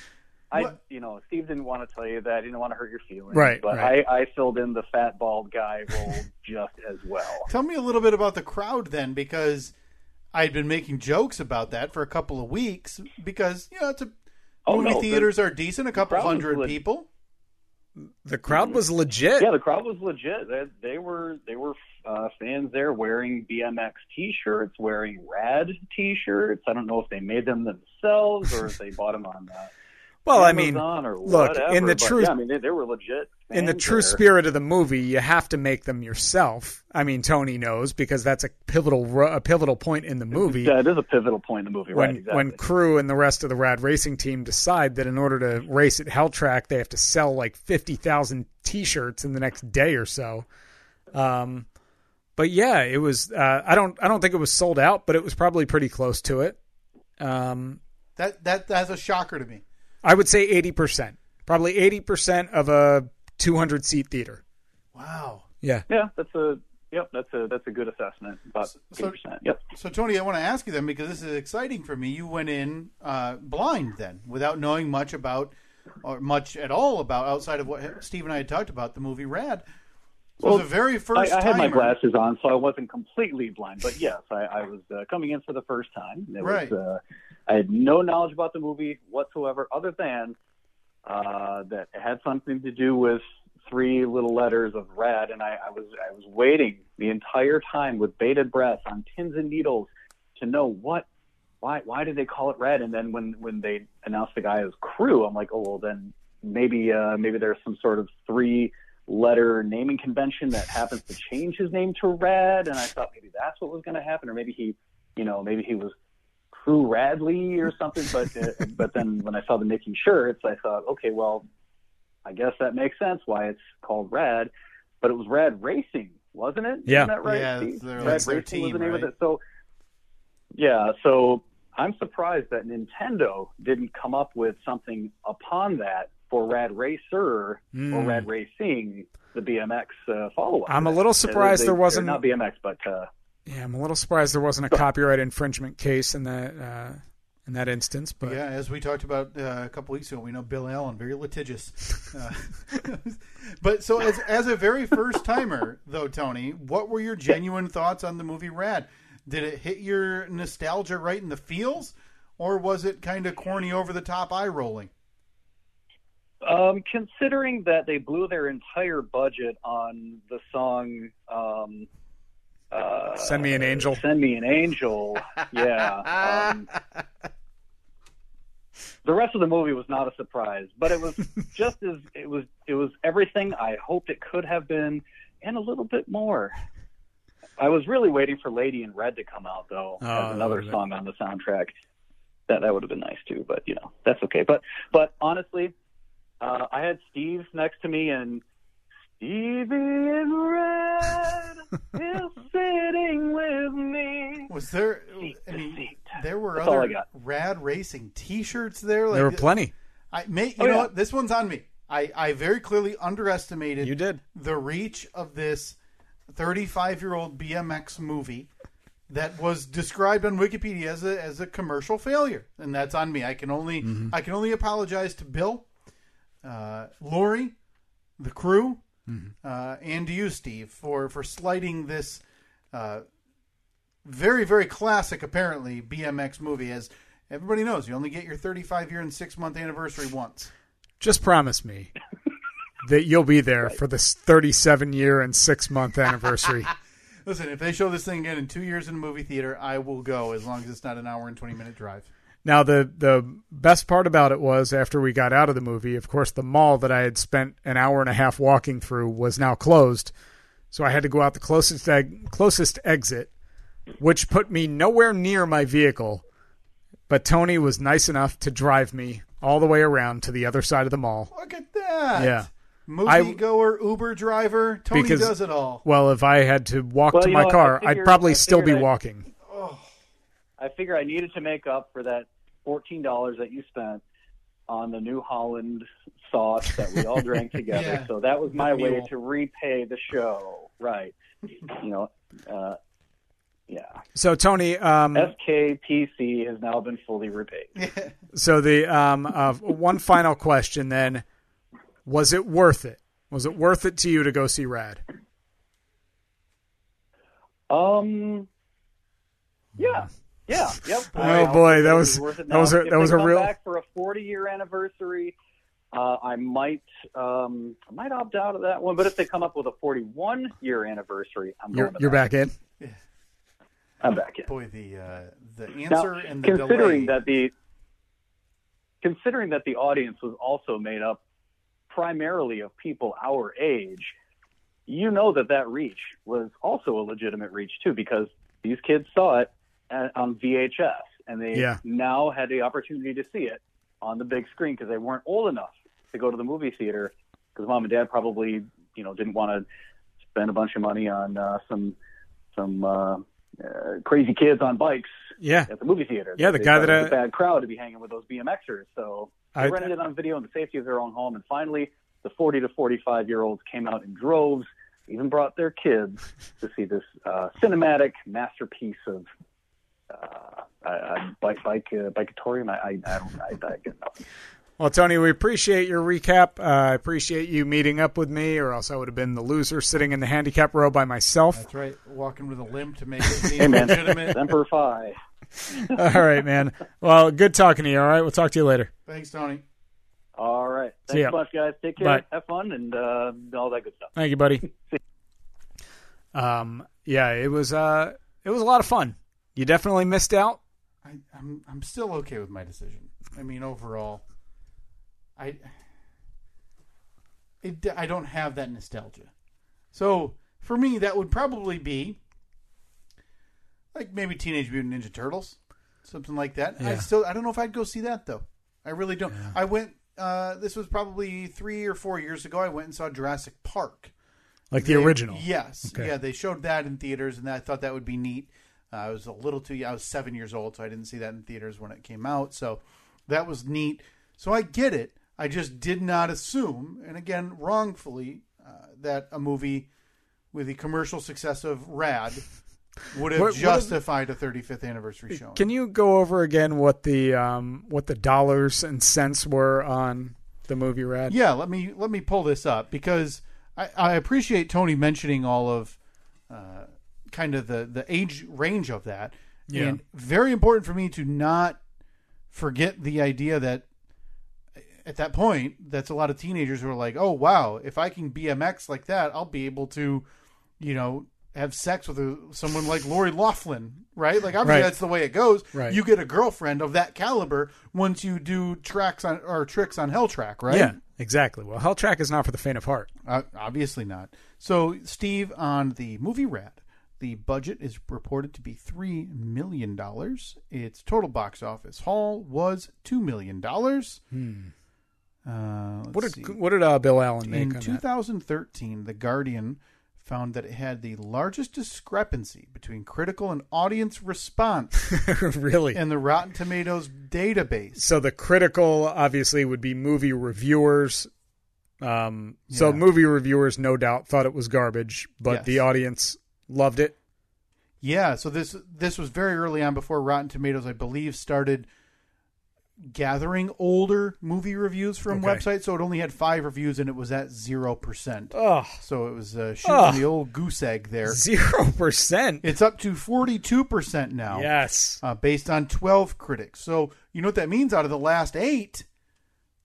Speaker 4: I,
Speaker 3: What-
Speaker 4: you know, Steve didn't want to tell you that. He didn't want to hurt your feelings.
Speaker 2: Right,
Speaker 4: But
Speaker 2: right.
Speaker 4: I, I filled in the fat bald guy role just as well.
Speaker 3: Tell me a little bit about the crowd then, because I'd been making jokes about that for a couple of weeks. Because you know, it's a,
Speaker 4: Oh,
Speaker 3: movie
Speaker 4: no, the-
Speaker 3: theaters are decent, a couple
Speaker 4: crowd was
Speaker 3: hundred
Speaker 4: lit.
Speaker 3: people.
Speaker 2: The crowd was legit.
Speaker 4: Yeah, the crowd was legit. They, they were they were uh, fans there wearing BMX T-shirts, wearing Rad T-shirts. I don't know if they made them themselves or if they bought them on uh,
Speaker 2: well, I mean,
Speaker 4: Amazon or
Speaker 2: look,
Speaker 4: whatever.
Speaker 2: in the
Speaker 4: but,
Speaker 2: true-
Speaker 4: yeah, I mean they, they were legit.
Speaker 2: in the
Speaker 4: fans
Speaker 2: true
Speaker 4: there.
Speaker 2: spirit of the movie, you have to make them yourself. I mean, Tony knows because that's a pivotal ro- a pivotal point in the movie
Speaker 4: Yeah, it is a pivotal point in the movie,
Speaker 2: when
Speaker 4: right? Exactly.
Speaker 2: when crew and the rest of the rad racing team decide that in order to race at hell track they have to sell like 50,000 t-shirts in the next day or so um but yeah it was uh, I don't I don't think it was sold out but it was probably pretty close to it um
Speaker 3: That that that's a shocker to me.
Speaker 2: I would say 80% probably 80% of a 200 seat theater
Speaker 3: Wow.
Speaker 2: yeah
Speaker 4: yeah, that's a yep, that's a that's a good assessment. About
Speaker 3: so-
Speaker 4: eighty percent. Yep.
Speaker 3: So Tony, I want to ask you then because this is exciting for me. You went in uh, blind then, without knowing much about or much at all about outside of what Steve and I had talked about the movie Rad. So
Speaker 4: Well,
Speaker 3: the very
Speaker 4: I,
Speaker 3: first
Speaker 4: I had my
Speaker 3: timer-
Speaker 4: glasses on, so I wasn't completely blind. But yes, I, I was uh, coming in for the first time. It
Speaker 3: Right.
Speaker 4: Was, uh, I had no knowledge about the movie whatsoever, other than uh, that it had something to do with three little letters of red, and I, I was I was waiting the entire time with bated breath on pins and needles to know what. Why, why did they call it red? And then when, when they announced the guy as crew, I'm like, oh well, then maybe uh, maybe there's some sort of three letter naming convention that happens to change his name to Rad, and I thought maybe that's what was going to happen, or maybe he, you know, maybe he was Crew Radley or something. But uh, but then when I saw the Mickey shirts, I thought, okay, well, I guess that makes sense why it's called Rad, but it was Rad Racing, wasn't it?
Speaker 2: Yeah.
Speaker 4: Isn't that right?
Speaker 3: Yeah,
Speaker 4: Steve?
Speaker 3: it's their-
Speaker 4: Rad
Speaker 3: that's
Speaker 4: Racing
Speaker 3: their
Speaker 4: was the
Speaker 3: team,
Speaker 4: name of
Speaker 3: right?
Speaker 4: it. So yeah, so I'm surprised that Nintendo didn't come up with something upon that for Rad Racer or
Speaker 2: Mm.
Speaker 4: Rad Racing, the BMX uh, follow up.
Speaker 2: I'm a little surprised there wasn't-
Speaker 4: not BMX, but uh,
Speaker 2: yeah I'm a little surprised there wasn't a copyright infringement case in that uh in that instance but
Speaker 3: Yeah, as we talked about uh, a couple weeks ago, we know Bill Allen very litigious. Uh, but so, as as a very first timer, though, Tony, what were your genuine thoughts on the movie Rad? Did it hit your nostalgia right in the feels, or was it kind of corny, over the top, eye rolling?
Speaker 4: um, considering that they blew their entire budget on the song. Um, uh,
Speaker 2: Send me an angel.
Speaker 4: Send me an angel. Yeah. Um, the rest of the movie was not a surprise, but it was just as it was. It was everything I hoped it could have been, and a little bit more. I was really waiting for Lady in Red to come out, though,
Speaker 2: Oh, that
Speaker 4: as another
Speaker 2: would've been-
Speaker 4: song on the soundtrack. That that would have been nice too, but you know that's okay. But but honestly, uh, I had Steve next to me, and Stevie in Red is sitting with me.
Speaker 3: Was there? I mean, there were
Speaker 4: That's all I
Speaker 3: other
Speaker 4: got.
Speaker 3: Rad Racing T-shirts there. Like,
Speaker 2: there were plenty
Speaker 3: I may, you
Speaker 4: Oh,
Speaker 3: know
Speaker 4: yeah.
Speaker 3: what? This one's on me. I I very clearly underestimated
Speaker 2: you did
Speaker 3: the reach of this 35 year old BMX movie that was described on Wikipedia as a, as a commercial failure, and that's on me. I can only I can only apologize to Bill, uh, Lori, the crew, uh, and to you, Steve, for for slighting this uh, very very classic apparently BMX movie as. Everybody knows you only get your 35 year and six month anniversary once.
Speaker 2: Just promise me that you'll be there for this 37 year and six month anniversary.
Speaker 3: Listen, if they show this thing again in two years in a movie theater, I will go as long as it's not an hour and 20 minute drive.
Speaker 2: Now the the best part about it was after we got out of the movie, of course the mall that I had spent an hour and a half walking through was now closed. So I had to go out the closest eg- closest exit, which put me nowhere near my vehicle. But Tony was nice enough to drive me all the way around to the other side of the mall.
Speaker 3: Look at that.
Speaker 2: Yeah.
Speaker 3: Moviegoer, Uber driver, Tony
Speaker 2: Because-
Speaker 3: does it all.
Speaker 2: Well, if I had to walk
Speaker 4: Well,
Speaker 2: to
Speaker 4: you
Speaker 2: my
Speaker 4: know, I
Speaker 2: car, I'd
Speaker 4: figured-
Speaker 2: probably
Speaker 4: I
Speaker 2: still be
Speaker 4: figured I-
Speaker 2: walking.
Speaker 3: Oh,
Speaker 4: I figure I needed to make up for that fourteen dollars that you spent on the New Holland sauce that we all drank together.
Speaker 3: Yeah.
Speaker 4: So that was my
Speaker 3: The
Speaker 4: way
Speaker 3: mule.
Speaker 4: to repay the show, right? You know, uh, yeah.
Speaker 2: So Tony, um,
Speaker 3: Mm.
Speaker 4: SKPC has now been fully repaid.
Speaker 2: So the um, uh, one final question then: Was it worth it? Was it worth it to you to go see Rad?
Speaker 4: Um, yeah, yeah, yep.
Speaker 2: Oh, boy, that
Speaker 4: It
Speaker 2: was-
Speaker 4: worth it
Speaker 2: that was a-
Speaker 4: now. If
Speaker 2: that was
Speaker 4: they
Speaker 2: a
Speaker 4: come
Speaker 2: real-
Speaker 4: back for a 40 year anniversary. Uh, I might um, I might opt out of that one, but if they come up with a 41 year anniversary, I'm
Speaker 2: You're,
Speaker 4: going to
Speaker 2: you're
Speaker 4: that.
Speaker 2: back in.
Speaker 4: I'm back in.
Speaker 3: Boy, the uh, the
Speaker 4: Now,
Speaker 3: answer and the
Speaker 4: considering
Speaker 3: delay.
Speaker 4: that the considering that the audience was also made up primarily of people our age, you know that that reach was also a legitimate reach too, because these kids saw it at, on VHS and they
Speaker 2: Yeah.
Speaker 4: now had the opportunity to see it on the big screen because they weren't old enough to go to the movie theater because mom and dad probably you know didn't want to spend a bunch of money on uh, some some uh, uh, crazy kids on bikes
Speaker 2: Yeah,
Speaker 4: at the movie theater.
Speaker 2: Yeah, the
Speaker 4: They
Speaker 2: guy
Speaker 4: thought
Speaker 2: that
Speaker 4: it was
Speaker 2: I-
Speaker 4: a bad crowd to be hanging with those BMXers. So they
Speaker 2: I-
Speaker 4: rented it on video in the safety of their own home. And finally, the 40 to 45 year olds came out in droves, even brought their kids to see this uh, cinematic masterpiece of. Uh, I, I, bike, bike, uh, bikeatorium. I, I, I don't, I, I get nothing.
Speaker 2: Well, Tony, we appreciate your recap. Uh, I appreciate you meeting up with me, or else I would have been the loser sitting in the handicap row by myself.
Speaker 3: That's right. Walking with a limp to make it seem
Speaker 4: Hey, man.
Speaker 3: legitimate.
Speaker 4: Semper Fi.
Speaker 2: all right, man. Well, good talking to you. All right, we'll talk to you later.
Speaker 3: Thanks, Tony.
Speaker 4: All right.
Speaker 2: See ya.
Speaker 4: Thanks so much, guys. Take care.
Speaker 2: Bye.
Speaker 4: Have fun and uh, all that good stuff.
Speaker 2: Thank you, buddy. Um, yeah, it was uh, it was a lot of fun. You definitely missed out.
Speaker 3: I, I'm I'm still okay with my decision. I mean, overall, I it I don't have that nostalgia. So for me, that would probably be like maybe Teenage Mutant Ninja Turtles, something like that. I
Speaker 2: Yeah.
Speaker 3: still I don't know if I'd go see that though. I really don't. I went. Uh, this was probably three or four years ago. I went and saw Jurassic Park.
Speaker 2: Like the
Speaker 3: They-
Speaker 2: original.
Speaker 3: Yes.
Speaker 2: Okay.
Speaker 3: Yeah, they showed that in theaters, and I thought that would be neat. Uh, I was a little too. I was seven years old, so I didn't see that in theaters when it came out. So that was neat. So I get it. I just did not assume, and again, wrongfully, uh, that a movie with the commercial success of Rad would
Speaker 2: What-
Speaker 3: have
Speaker 2: what is-
Speaker 3: justified a 35th anniversary showing.
Speaker 2: Can you go over again what the um, what the dollars and cents were on the movie Rad?
Speaker 3: Yeah, let me let me pull this up because I, I appreciate Tony mentioning all of uh, kind of the the age range of that,
Speaker 2: Yeah.
Speaker 3: and very important for me to not forget the idea that uh, at that point, that's a lot of teenagers who are like, "Oh wow, if I can BMX like that, I'll be able to, you know." Have sex with a, someone like Lori Laughlin, right? Like obviously
Speaker 2: Right.
Speaker 3: that's the way it goes.
Speaker 2: Right.
Speaker 3: You get a girlfriend of that caliber once you do tracks on or tricks on Hell Track, right?
Speaker 2: Yeah, exactly. Well, Hell Track is not for the faint of heart.
Speaker 3: Uh, obviously not. So, Steve, on the movie Rat, the budget is reported to be $3 million. Its total box office haul was $2 million. Uh, let's
Speaker 2: Hmm. What did
Speaker 3: see.
Speaker 2: what did uh, Bill Allen make
Speaker 3: In
Speaker 2: on that?
Speaker 3: 2013, The Guardian found that it had the largest discrepancy between critical and audience response
Speaker 2: really?
Speaker 3: in the Rotten Tomatoes database.
Speaker 2: so the critical obviously would be movie reviewers Um, So
Speaker 3: Yeah.
Speaker 2: movie reviewers, no doubt, thought it was garbage, but
Speaker 3: Yes.
Speaker 2: the audience loved it.
Speaker 3: Yeah, so this this was very early on before Rotten Tomatoes, I believe, started gathering older movie reviews from
Speaker 2: Okay.
Speaker 3: websites. So it only had five reviews, and it was at zero percent.
Speaker 2: Ugh,
Speaker 3: So it was uh, shooting
Speaker 2: Ugh.
Speaker 3: the old goose egg there.
Speaker 2: zero percent.
Speaker 3: It's up to forty two percent now,
Speaker 2: Yes,
Speaker 3: uh, based on twelve critics. So you know what that means? Out of the last eight,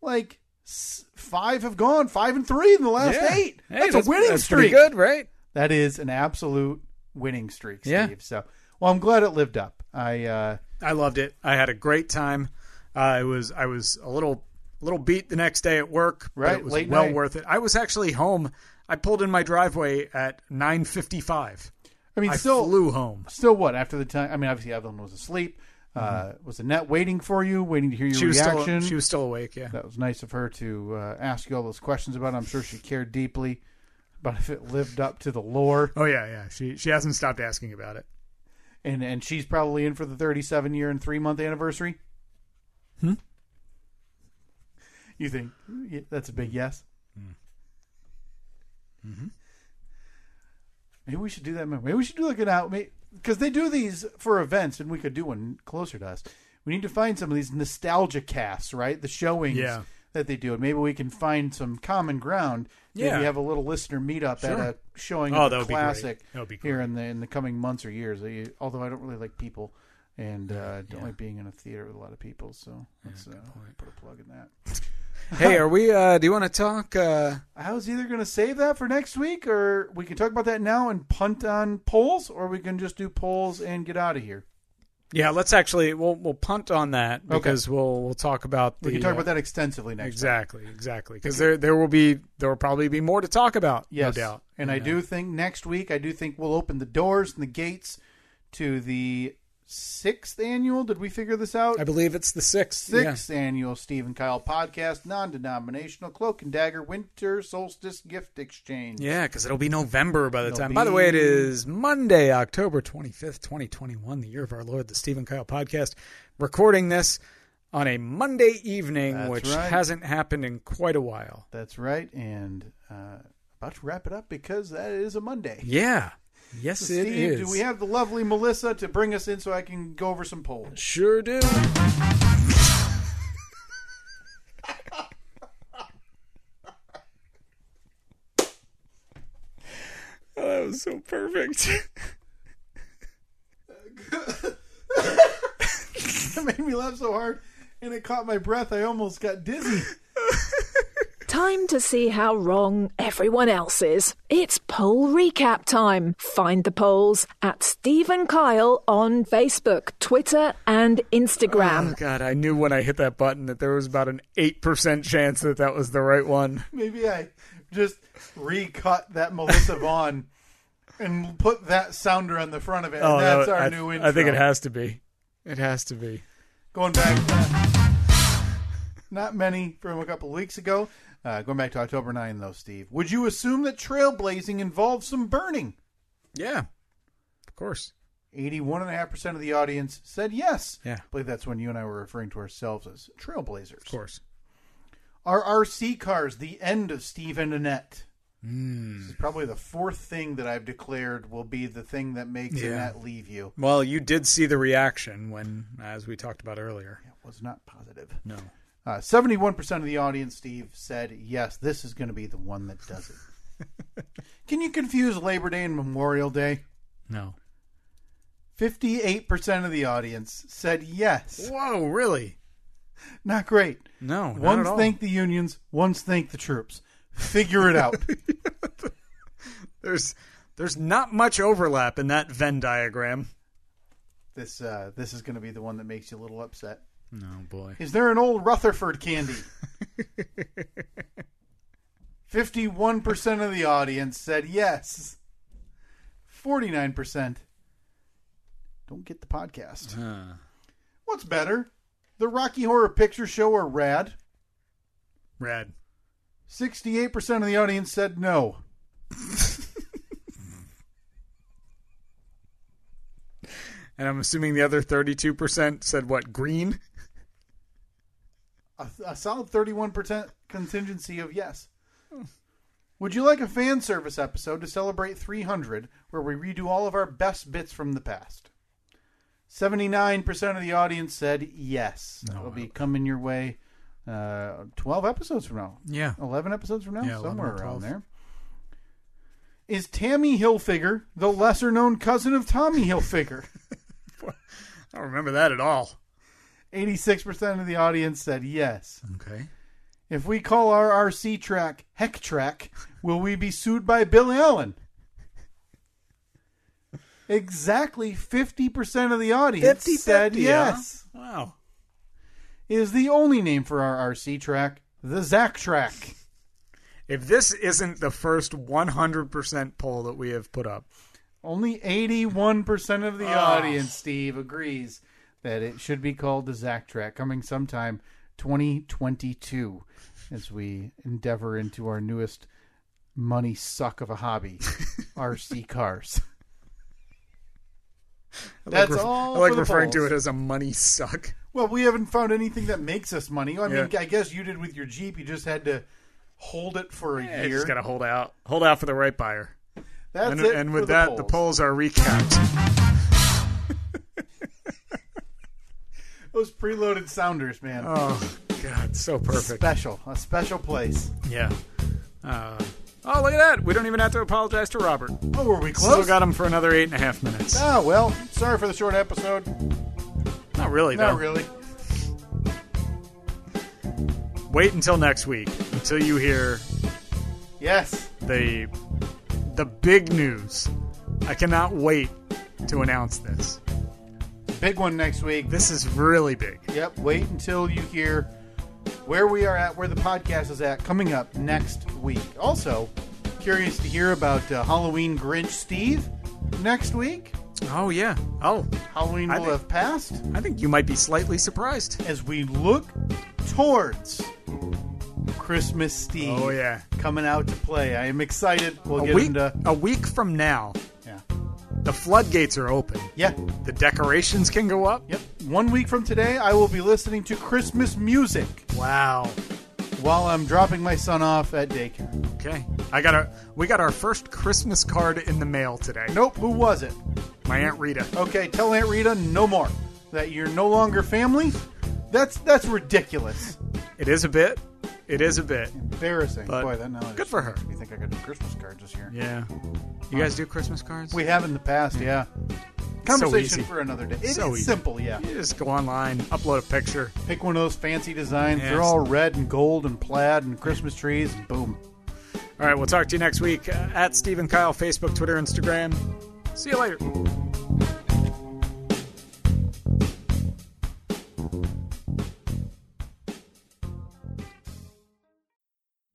Speaker 3: like s- five have gone five and three in the last
Speaker 2: Yeah.
Speaker 3: eight.
Speaker 2: Hey,
Speaker 3: that's, a winning
Speaker 2: that's
Speaker 3: streak.
Speaker 2: Pretty good, right?
Speaker 3: That is an absolute winning streak, Steve.
Speaker 2: Yeah.
Speaker 3: So, well, I'm glad it lived up. I uh,
Speaker 2: I loved it. I had a great time. Uh, I was I was a little little beat the next day at work, but
Speaker 3: Right,
Speaker 2: it was
Speaker 3: late
Speaker 2: well
Speaker 3: night.
Speaker 2: worth it. I was actually home. I pulled in my driveway at nine fifty five.
Speaker 3: I mean,
Speaker 2: I
Speaker 3: still,
Speaker 2: flew home.
Speaker 3: still, what after the time? I mean, obviously Evelyn was asleep. Uh, was Annette waiting for you, waiting to hear your
Speaker 2: She was
Speaker 3: reaction?
Speaker 2: still she was still awake. Yeah,
Speaker 3: That was nice of her to uh, ask you all those questions about. It. I'm sure she cared deeply about if it lived up to the lore,
Speaker 2: Oh yeah, yeah. She she hasn't stopped asking about it.
Speaker 3: and and she's probably in for the 37 year and three month anniversary. Hmm. You think y- that's a
Speaker 2: Hmm.
Speaker 3: big yes? Mm-hmm.
Speaker 2: Mm-hmm.
Speaker 3: Maybe we should do that. Maybe we should do like an out because they do these for events, and we could do one closer to us. We need to find some of these nostalgia casts, right? The showings
Speaker 2: Yeah.
Speaker 3: that they do, and maybe we can find some common ground. Maybe
Speaker 2: Yeah.
Speaker 3: we have a little listener meetup at
Speaker 2: Sure.
Speaker 3: a showing
Speaker 2: Oh,
Speaker 3: of
Speaker 2: that
Speaker 3: a
Speaker 2: would be great.
Speaker 3: classic
Speaker 2: That would be
Speaker 3: here in the in the coming months or years. I, although I don't really like people, and uh, don't like being in a theater with a lot of people, so let's uh, put a plug in that.
Speaker 2: hey, are we? Uh, do you want to talk? Uh,
Speaker 3: I was either going to save that for next week, or we can talk about that now and punt on polls, or we can just do polls and get out of here.
Speaker 2: yeah, let's actually we'll we'll punt on that
Speaker 3: Okay.
Speaker 2: because we'll we'll talk about the
Speaker 3: We can talk
Speaker 2: uh,
Speaker 3: about that extensively next. time.
Speaker 2: exactly exactly because there there will be there will probably be more to talk about.
Speaker 3: Yes.
Speaker 2: no doubt.
Speaker 3: And I do think next week, I do think we'll open the doors and the gates to the sixth annual. Did we figure this out?
Speaker 2: I believe it's the sixth. yeah.
Speaker 3: sixth annual Steve and Kyle podcast, non denominational cloak and dagger winter solstice gift exchange.
Speaker 2: Yeah, because it'll be November by the
Speaker 3: It'll
Speaker 2: time. By the way, it
Speaker 3: be-
Speaker 2: is Monday, October 25th, 2021, the year of our Lord, the Stephen Kyle podcast. Recording this on a Monday evening,
Speaker 3: That's
Speaker 2: which
Speaker 3: right.
Speaker 2: hasn't happened in quite a while.
Speaker 3: That's right. And uh, about to wrap it up because that is a Monday.
Speaker 2: Yeah. Yes, it is.
Speaker 3: Steve, do we have the lovely Melissa to bring us in so I can go over some polls?
Speaker 2: Sure do. Oh, that was so perfect.
Speaker 3: it made me laugh so hard and it caught my breath. I almost got dizzy.
Speaker 1: Time to see how wrong everyone else is. It's poll recap time. Find the polls at Steve and Kyle on Facebook, Twitter, and Instagram.
Speaker 2: Oh, God, I knew when I hit that button that there was about an 8% chance that that was the right one.
Speaker 3: Maybe I just recut that Melissa Vaughn and put that sounder on the front of it. and that's
Speaker 2: that-
Speaker 3: our
Speaker 2: Oh, I,
Speaker 3: new
Speaker 2: I
Speaker 3: intro.
Speaker 2: think it has to be. It has to be.
Speaker 3: going back uh, not many from a couple weeks ago uh, going back to october 9 though steve would you assume that trailblazing involves some burning
Speaker 2: Yeah. Of course.
Speaker 3: 81.5% of the audience said yes
Speaker 2: Yeah.
Speaker 3: i believe that's when you and i were referring to ourselves as trailblazers
Speaker 2: Of course.
Speaker 3: are rc cars the end of steve and annette
Speaker 2: Hmm.
Speaker 3: this is probably the fourth thing that i've declared will be the thing that makes
Speaker 2: Yeah.
Speaker 3: annette leave you
Speaker 2: Well, you did see the reaction when, as we talked about earlier.
Speaker 3: it was not positive
Speaker 2: No.
Speaker 3: Uh, 71% of the audience, Steve, said, yes, this is going to be the one that does it. Can you confuse Labor Day and Memorial Day?
Speaker 2: No.
Speaker 3: 58% of the audience said yes.
Speaker 2: Whoa, really?
Speaker 3: Not great.
Speaker 2: No. Not
Speaker 3: ones
Speaker 2: at all.
Speaker 3: thank the unions, ones thank the troops. Figure it out.
Speaker 2: There's there's not much overlap in that Venn diagram.
Speaker 3: this uh, this is going to be the one that makes you a little upset.
Speaker 2: No, boy.
Speaker 3: Is there an old Rutherford candy? 51% of the audience said yes. 49% don't get the podcast.
Speaker 2: Uh-huh. Uh.
Speaker 3: What's better? The Rocky Horror Picture Show or Rad?
Speaker 2: Rad.
Speaker 3: 68% of the audience said no.
Speaker 2: And I'm assuming the other 32% said what? Green?
Speaker 3: A, a solid 31% contingency of yes. Would you like a fan service episode to celebrate 300 where we redo all of our best bits from the past? 79% of the audience said yes. That'll be coming your way uh, 12 episodes from now.
Speaker 2: Yeah.
Speaker 3: 11 episodes from now,
Speaker 2: Yeah, 11 or
Speaker 3: somewhere around
Speaker 2: 12.
Speaker 3: there. Is Tammy Hilfiger the lesser known cousin of Tommy Hilfiger?
Speaker 2: I don't remember that at all.
Speaker 3: 86% of the audience said yes.
Speaker 2: Okay.
Speaker 3: If we call our RC track Heck Track, will we be sued by Bill Allen? Exactly 50% of the audience said yes.
Speaker 2: Wow.
Speaker 3: Is the only name for our RC track the Zach track.
Speaker 2: If this isn't the first 100% poll that we have put up,
Speaker 3: Only 81% of the
Speaker 2: Ah.
Speaker 3: audience, Steve, agrees that it should be called the Zach track coming sometime 2022 as we endeavor into our newest money suck of a hobby, RC cars.
Speaker 2: I
Speaker 3: That's
Speaker 2: like
Speaker 3: all
Speaker 2: I like
Speaker 3: for the
Speaker 2: referring to
Speaker 3: polls.
Speaker 2: it as a money suck.
Speaker 3: Well, we haven't found anything that makes us money. I mean,
Speaker 2: Yeah.
Speaker 3: I guess you did with your Jeep. You just had to hold it for a
Speaker 2: Yeah, you
Speaker 3: year.
Speaker 2: just got to hold out. Hold out for the right buyer.
Speaker 3: That's
Speaker 2: and,
Speaker 3: it.
Speaker 2: and
Speaker 3: for
Speaker 2: with
Speaker 3: the
Speaker 2: that,
Speaker 3: polls.
Speaker 2: the polls are recapped.
Speaker 3: Those preloaded sounders, man.
Speaker 2: Oh, God. So perfect.
Speaker 3: special. A special place.
Speaker 2: Yeah. Uh, oh, look at that. We don't even have to apologize to Robert.
Speaker 3: Oh, were we
Speaker 2: Still
Speaker 3: close?
Speaker 2: got him for another eight and a half minutes.
Speaker 3: ah, well, sorry for the short episode.
Speaker 2: Not really, though.
Speaker 3: Not really.
Speaker 2: Wait until next week until you hear
Speaker 3: Yes.
Speaker 2: the the big news. I cannot wait to announce this.
Speaker 3: Big one next week.
Speaker 2: This is really big.
Speaker 3: Yep. Wait until you hear where we are at, where the podcast is at, coming up next week. Also, curious to hear about uh, Halloween Grinch Steve next week.
Speaker 2: Oh yeah. Oh,
Speaker 3: Halloween
Speaker 2: I
Speaker 3: will
Speaker 2: think-
Speaker 3: have passed
Speaker 2: I think you might be slightly surprised.
Speaker 3: as we look towards Christmas Steve.
Speaker 2: Oh, yeah.
Speaker 3: coming out to play. I am excited. We'll
Speaker 2: a
Speaker 3: get
Speaker 2: week
Speaker 3: into
Speaker 2: a week from now,
Speaker 3: yeah,
Speaker 2: the floodgates are open.
Speaker 3: yeah,
Speaker 2: The decorations can go up.
Speaker 3: yep. One week from today, I will be listening to Christmas music
Speaker 2: Wow.
Speaker 3: while I'm dropping my son off at daycare.
Speaker 2: Okay. I got a we got our first Christmas card in the mail today.
Speaker 3: Nope, who was it?
Speaker 2: My aunt Rita.
Speaker 3: Okay, tell Aunt Rita no more that you're no longer family. That's that's ridiculous.
Speaker 2: It is a bit. It is a bit.
Speaker 3: Embarrassing.
Speaker 2: But
Speaker 3: Boy, that now
Speaker 2: good for her.
Speaker 3: You think I could do Christmas cards this year?
Speaker 2: Yeah. You guys do Christmas cards?
Speaker 3: We have in the past, yeah. Conversation
Speaker 2: easy.
Speaker 3: for another day. It's
Speaker 2: So easy.
Speaker 3: simple, yeah.
Speaker 2: You just go online, upload a picture.
Speaker 3: Pick one of those fancy designs.
Speaker 2: Yes.
Speaker 3: They're all red and gold and plaid and Christmas trees and boom.
Speaker 2: All right, we'll talk to you next week uh, at Stephen Kyle, Facebook, Twitter, Instagram. See you later.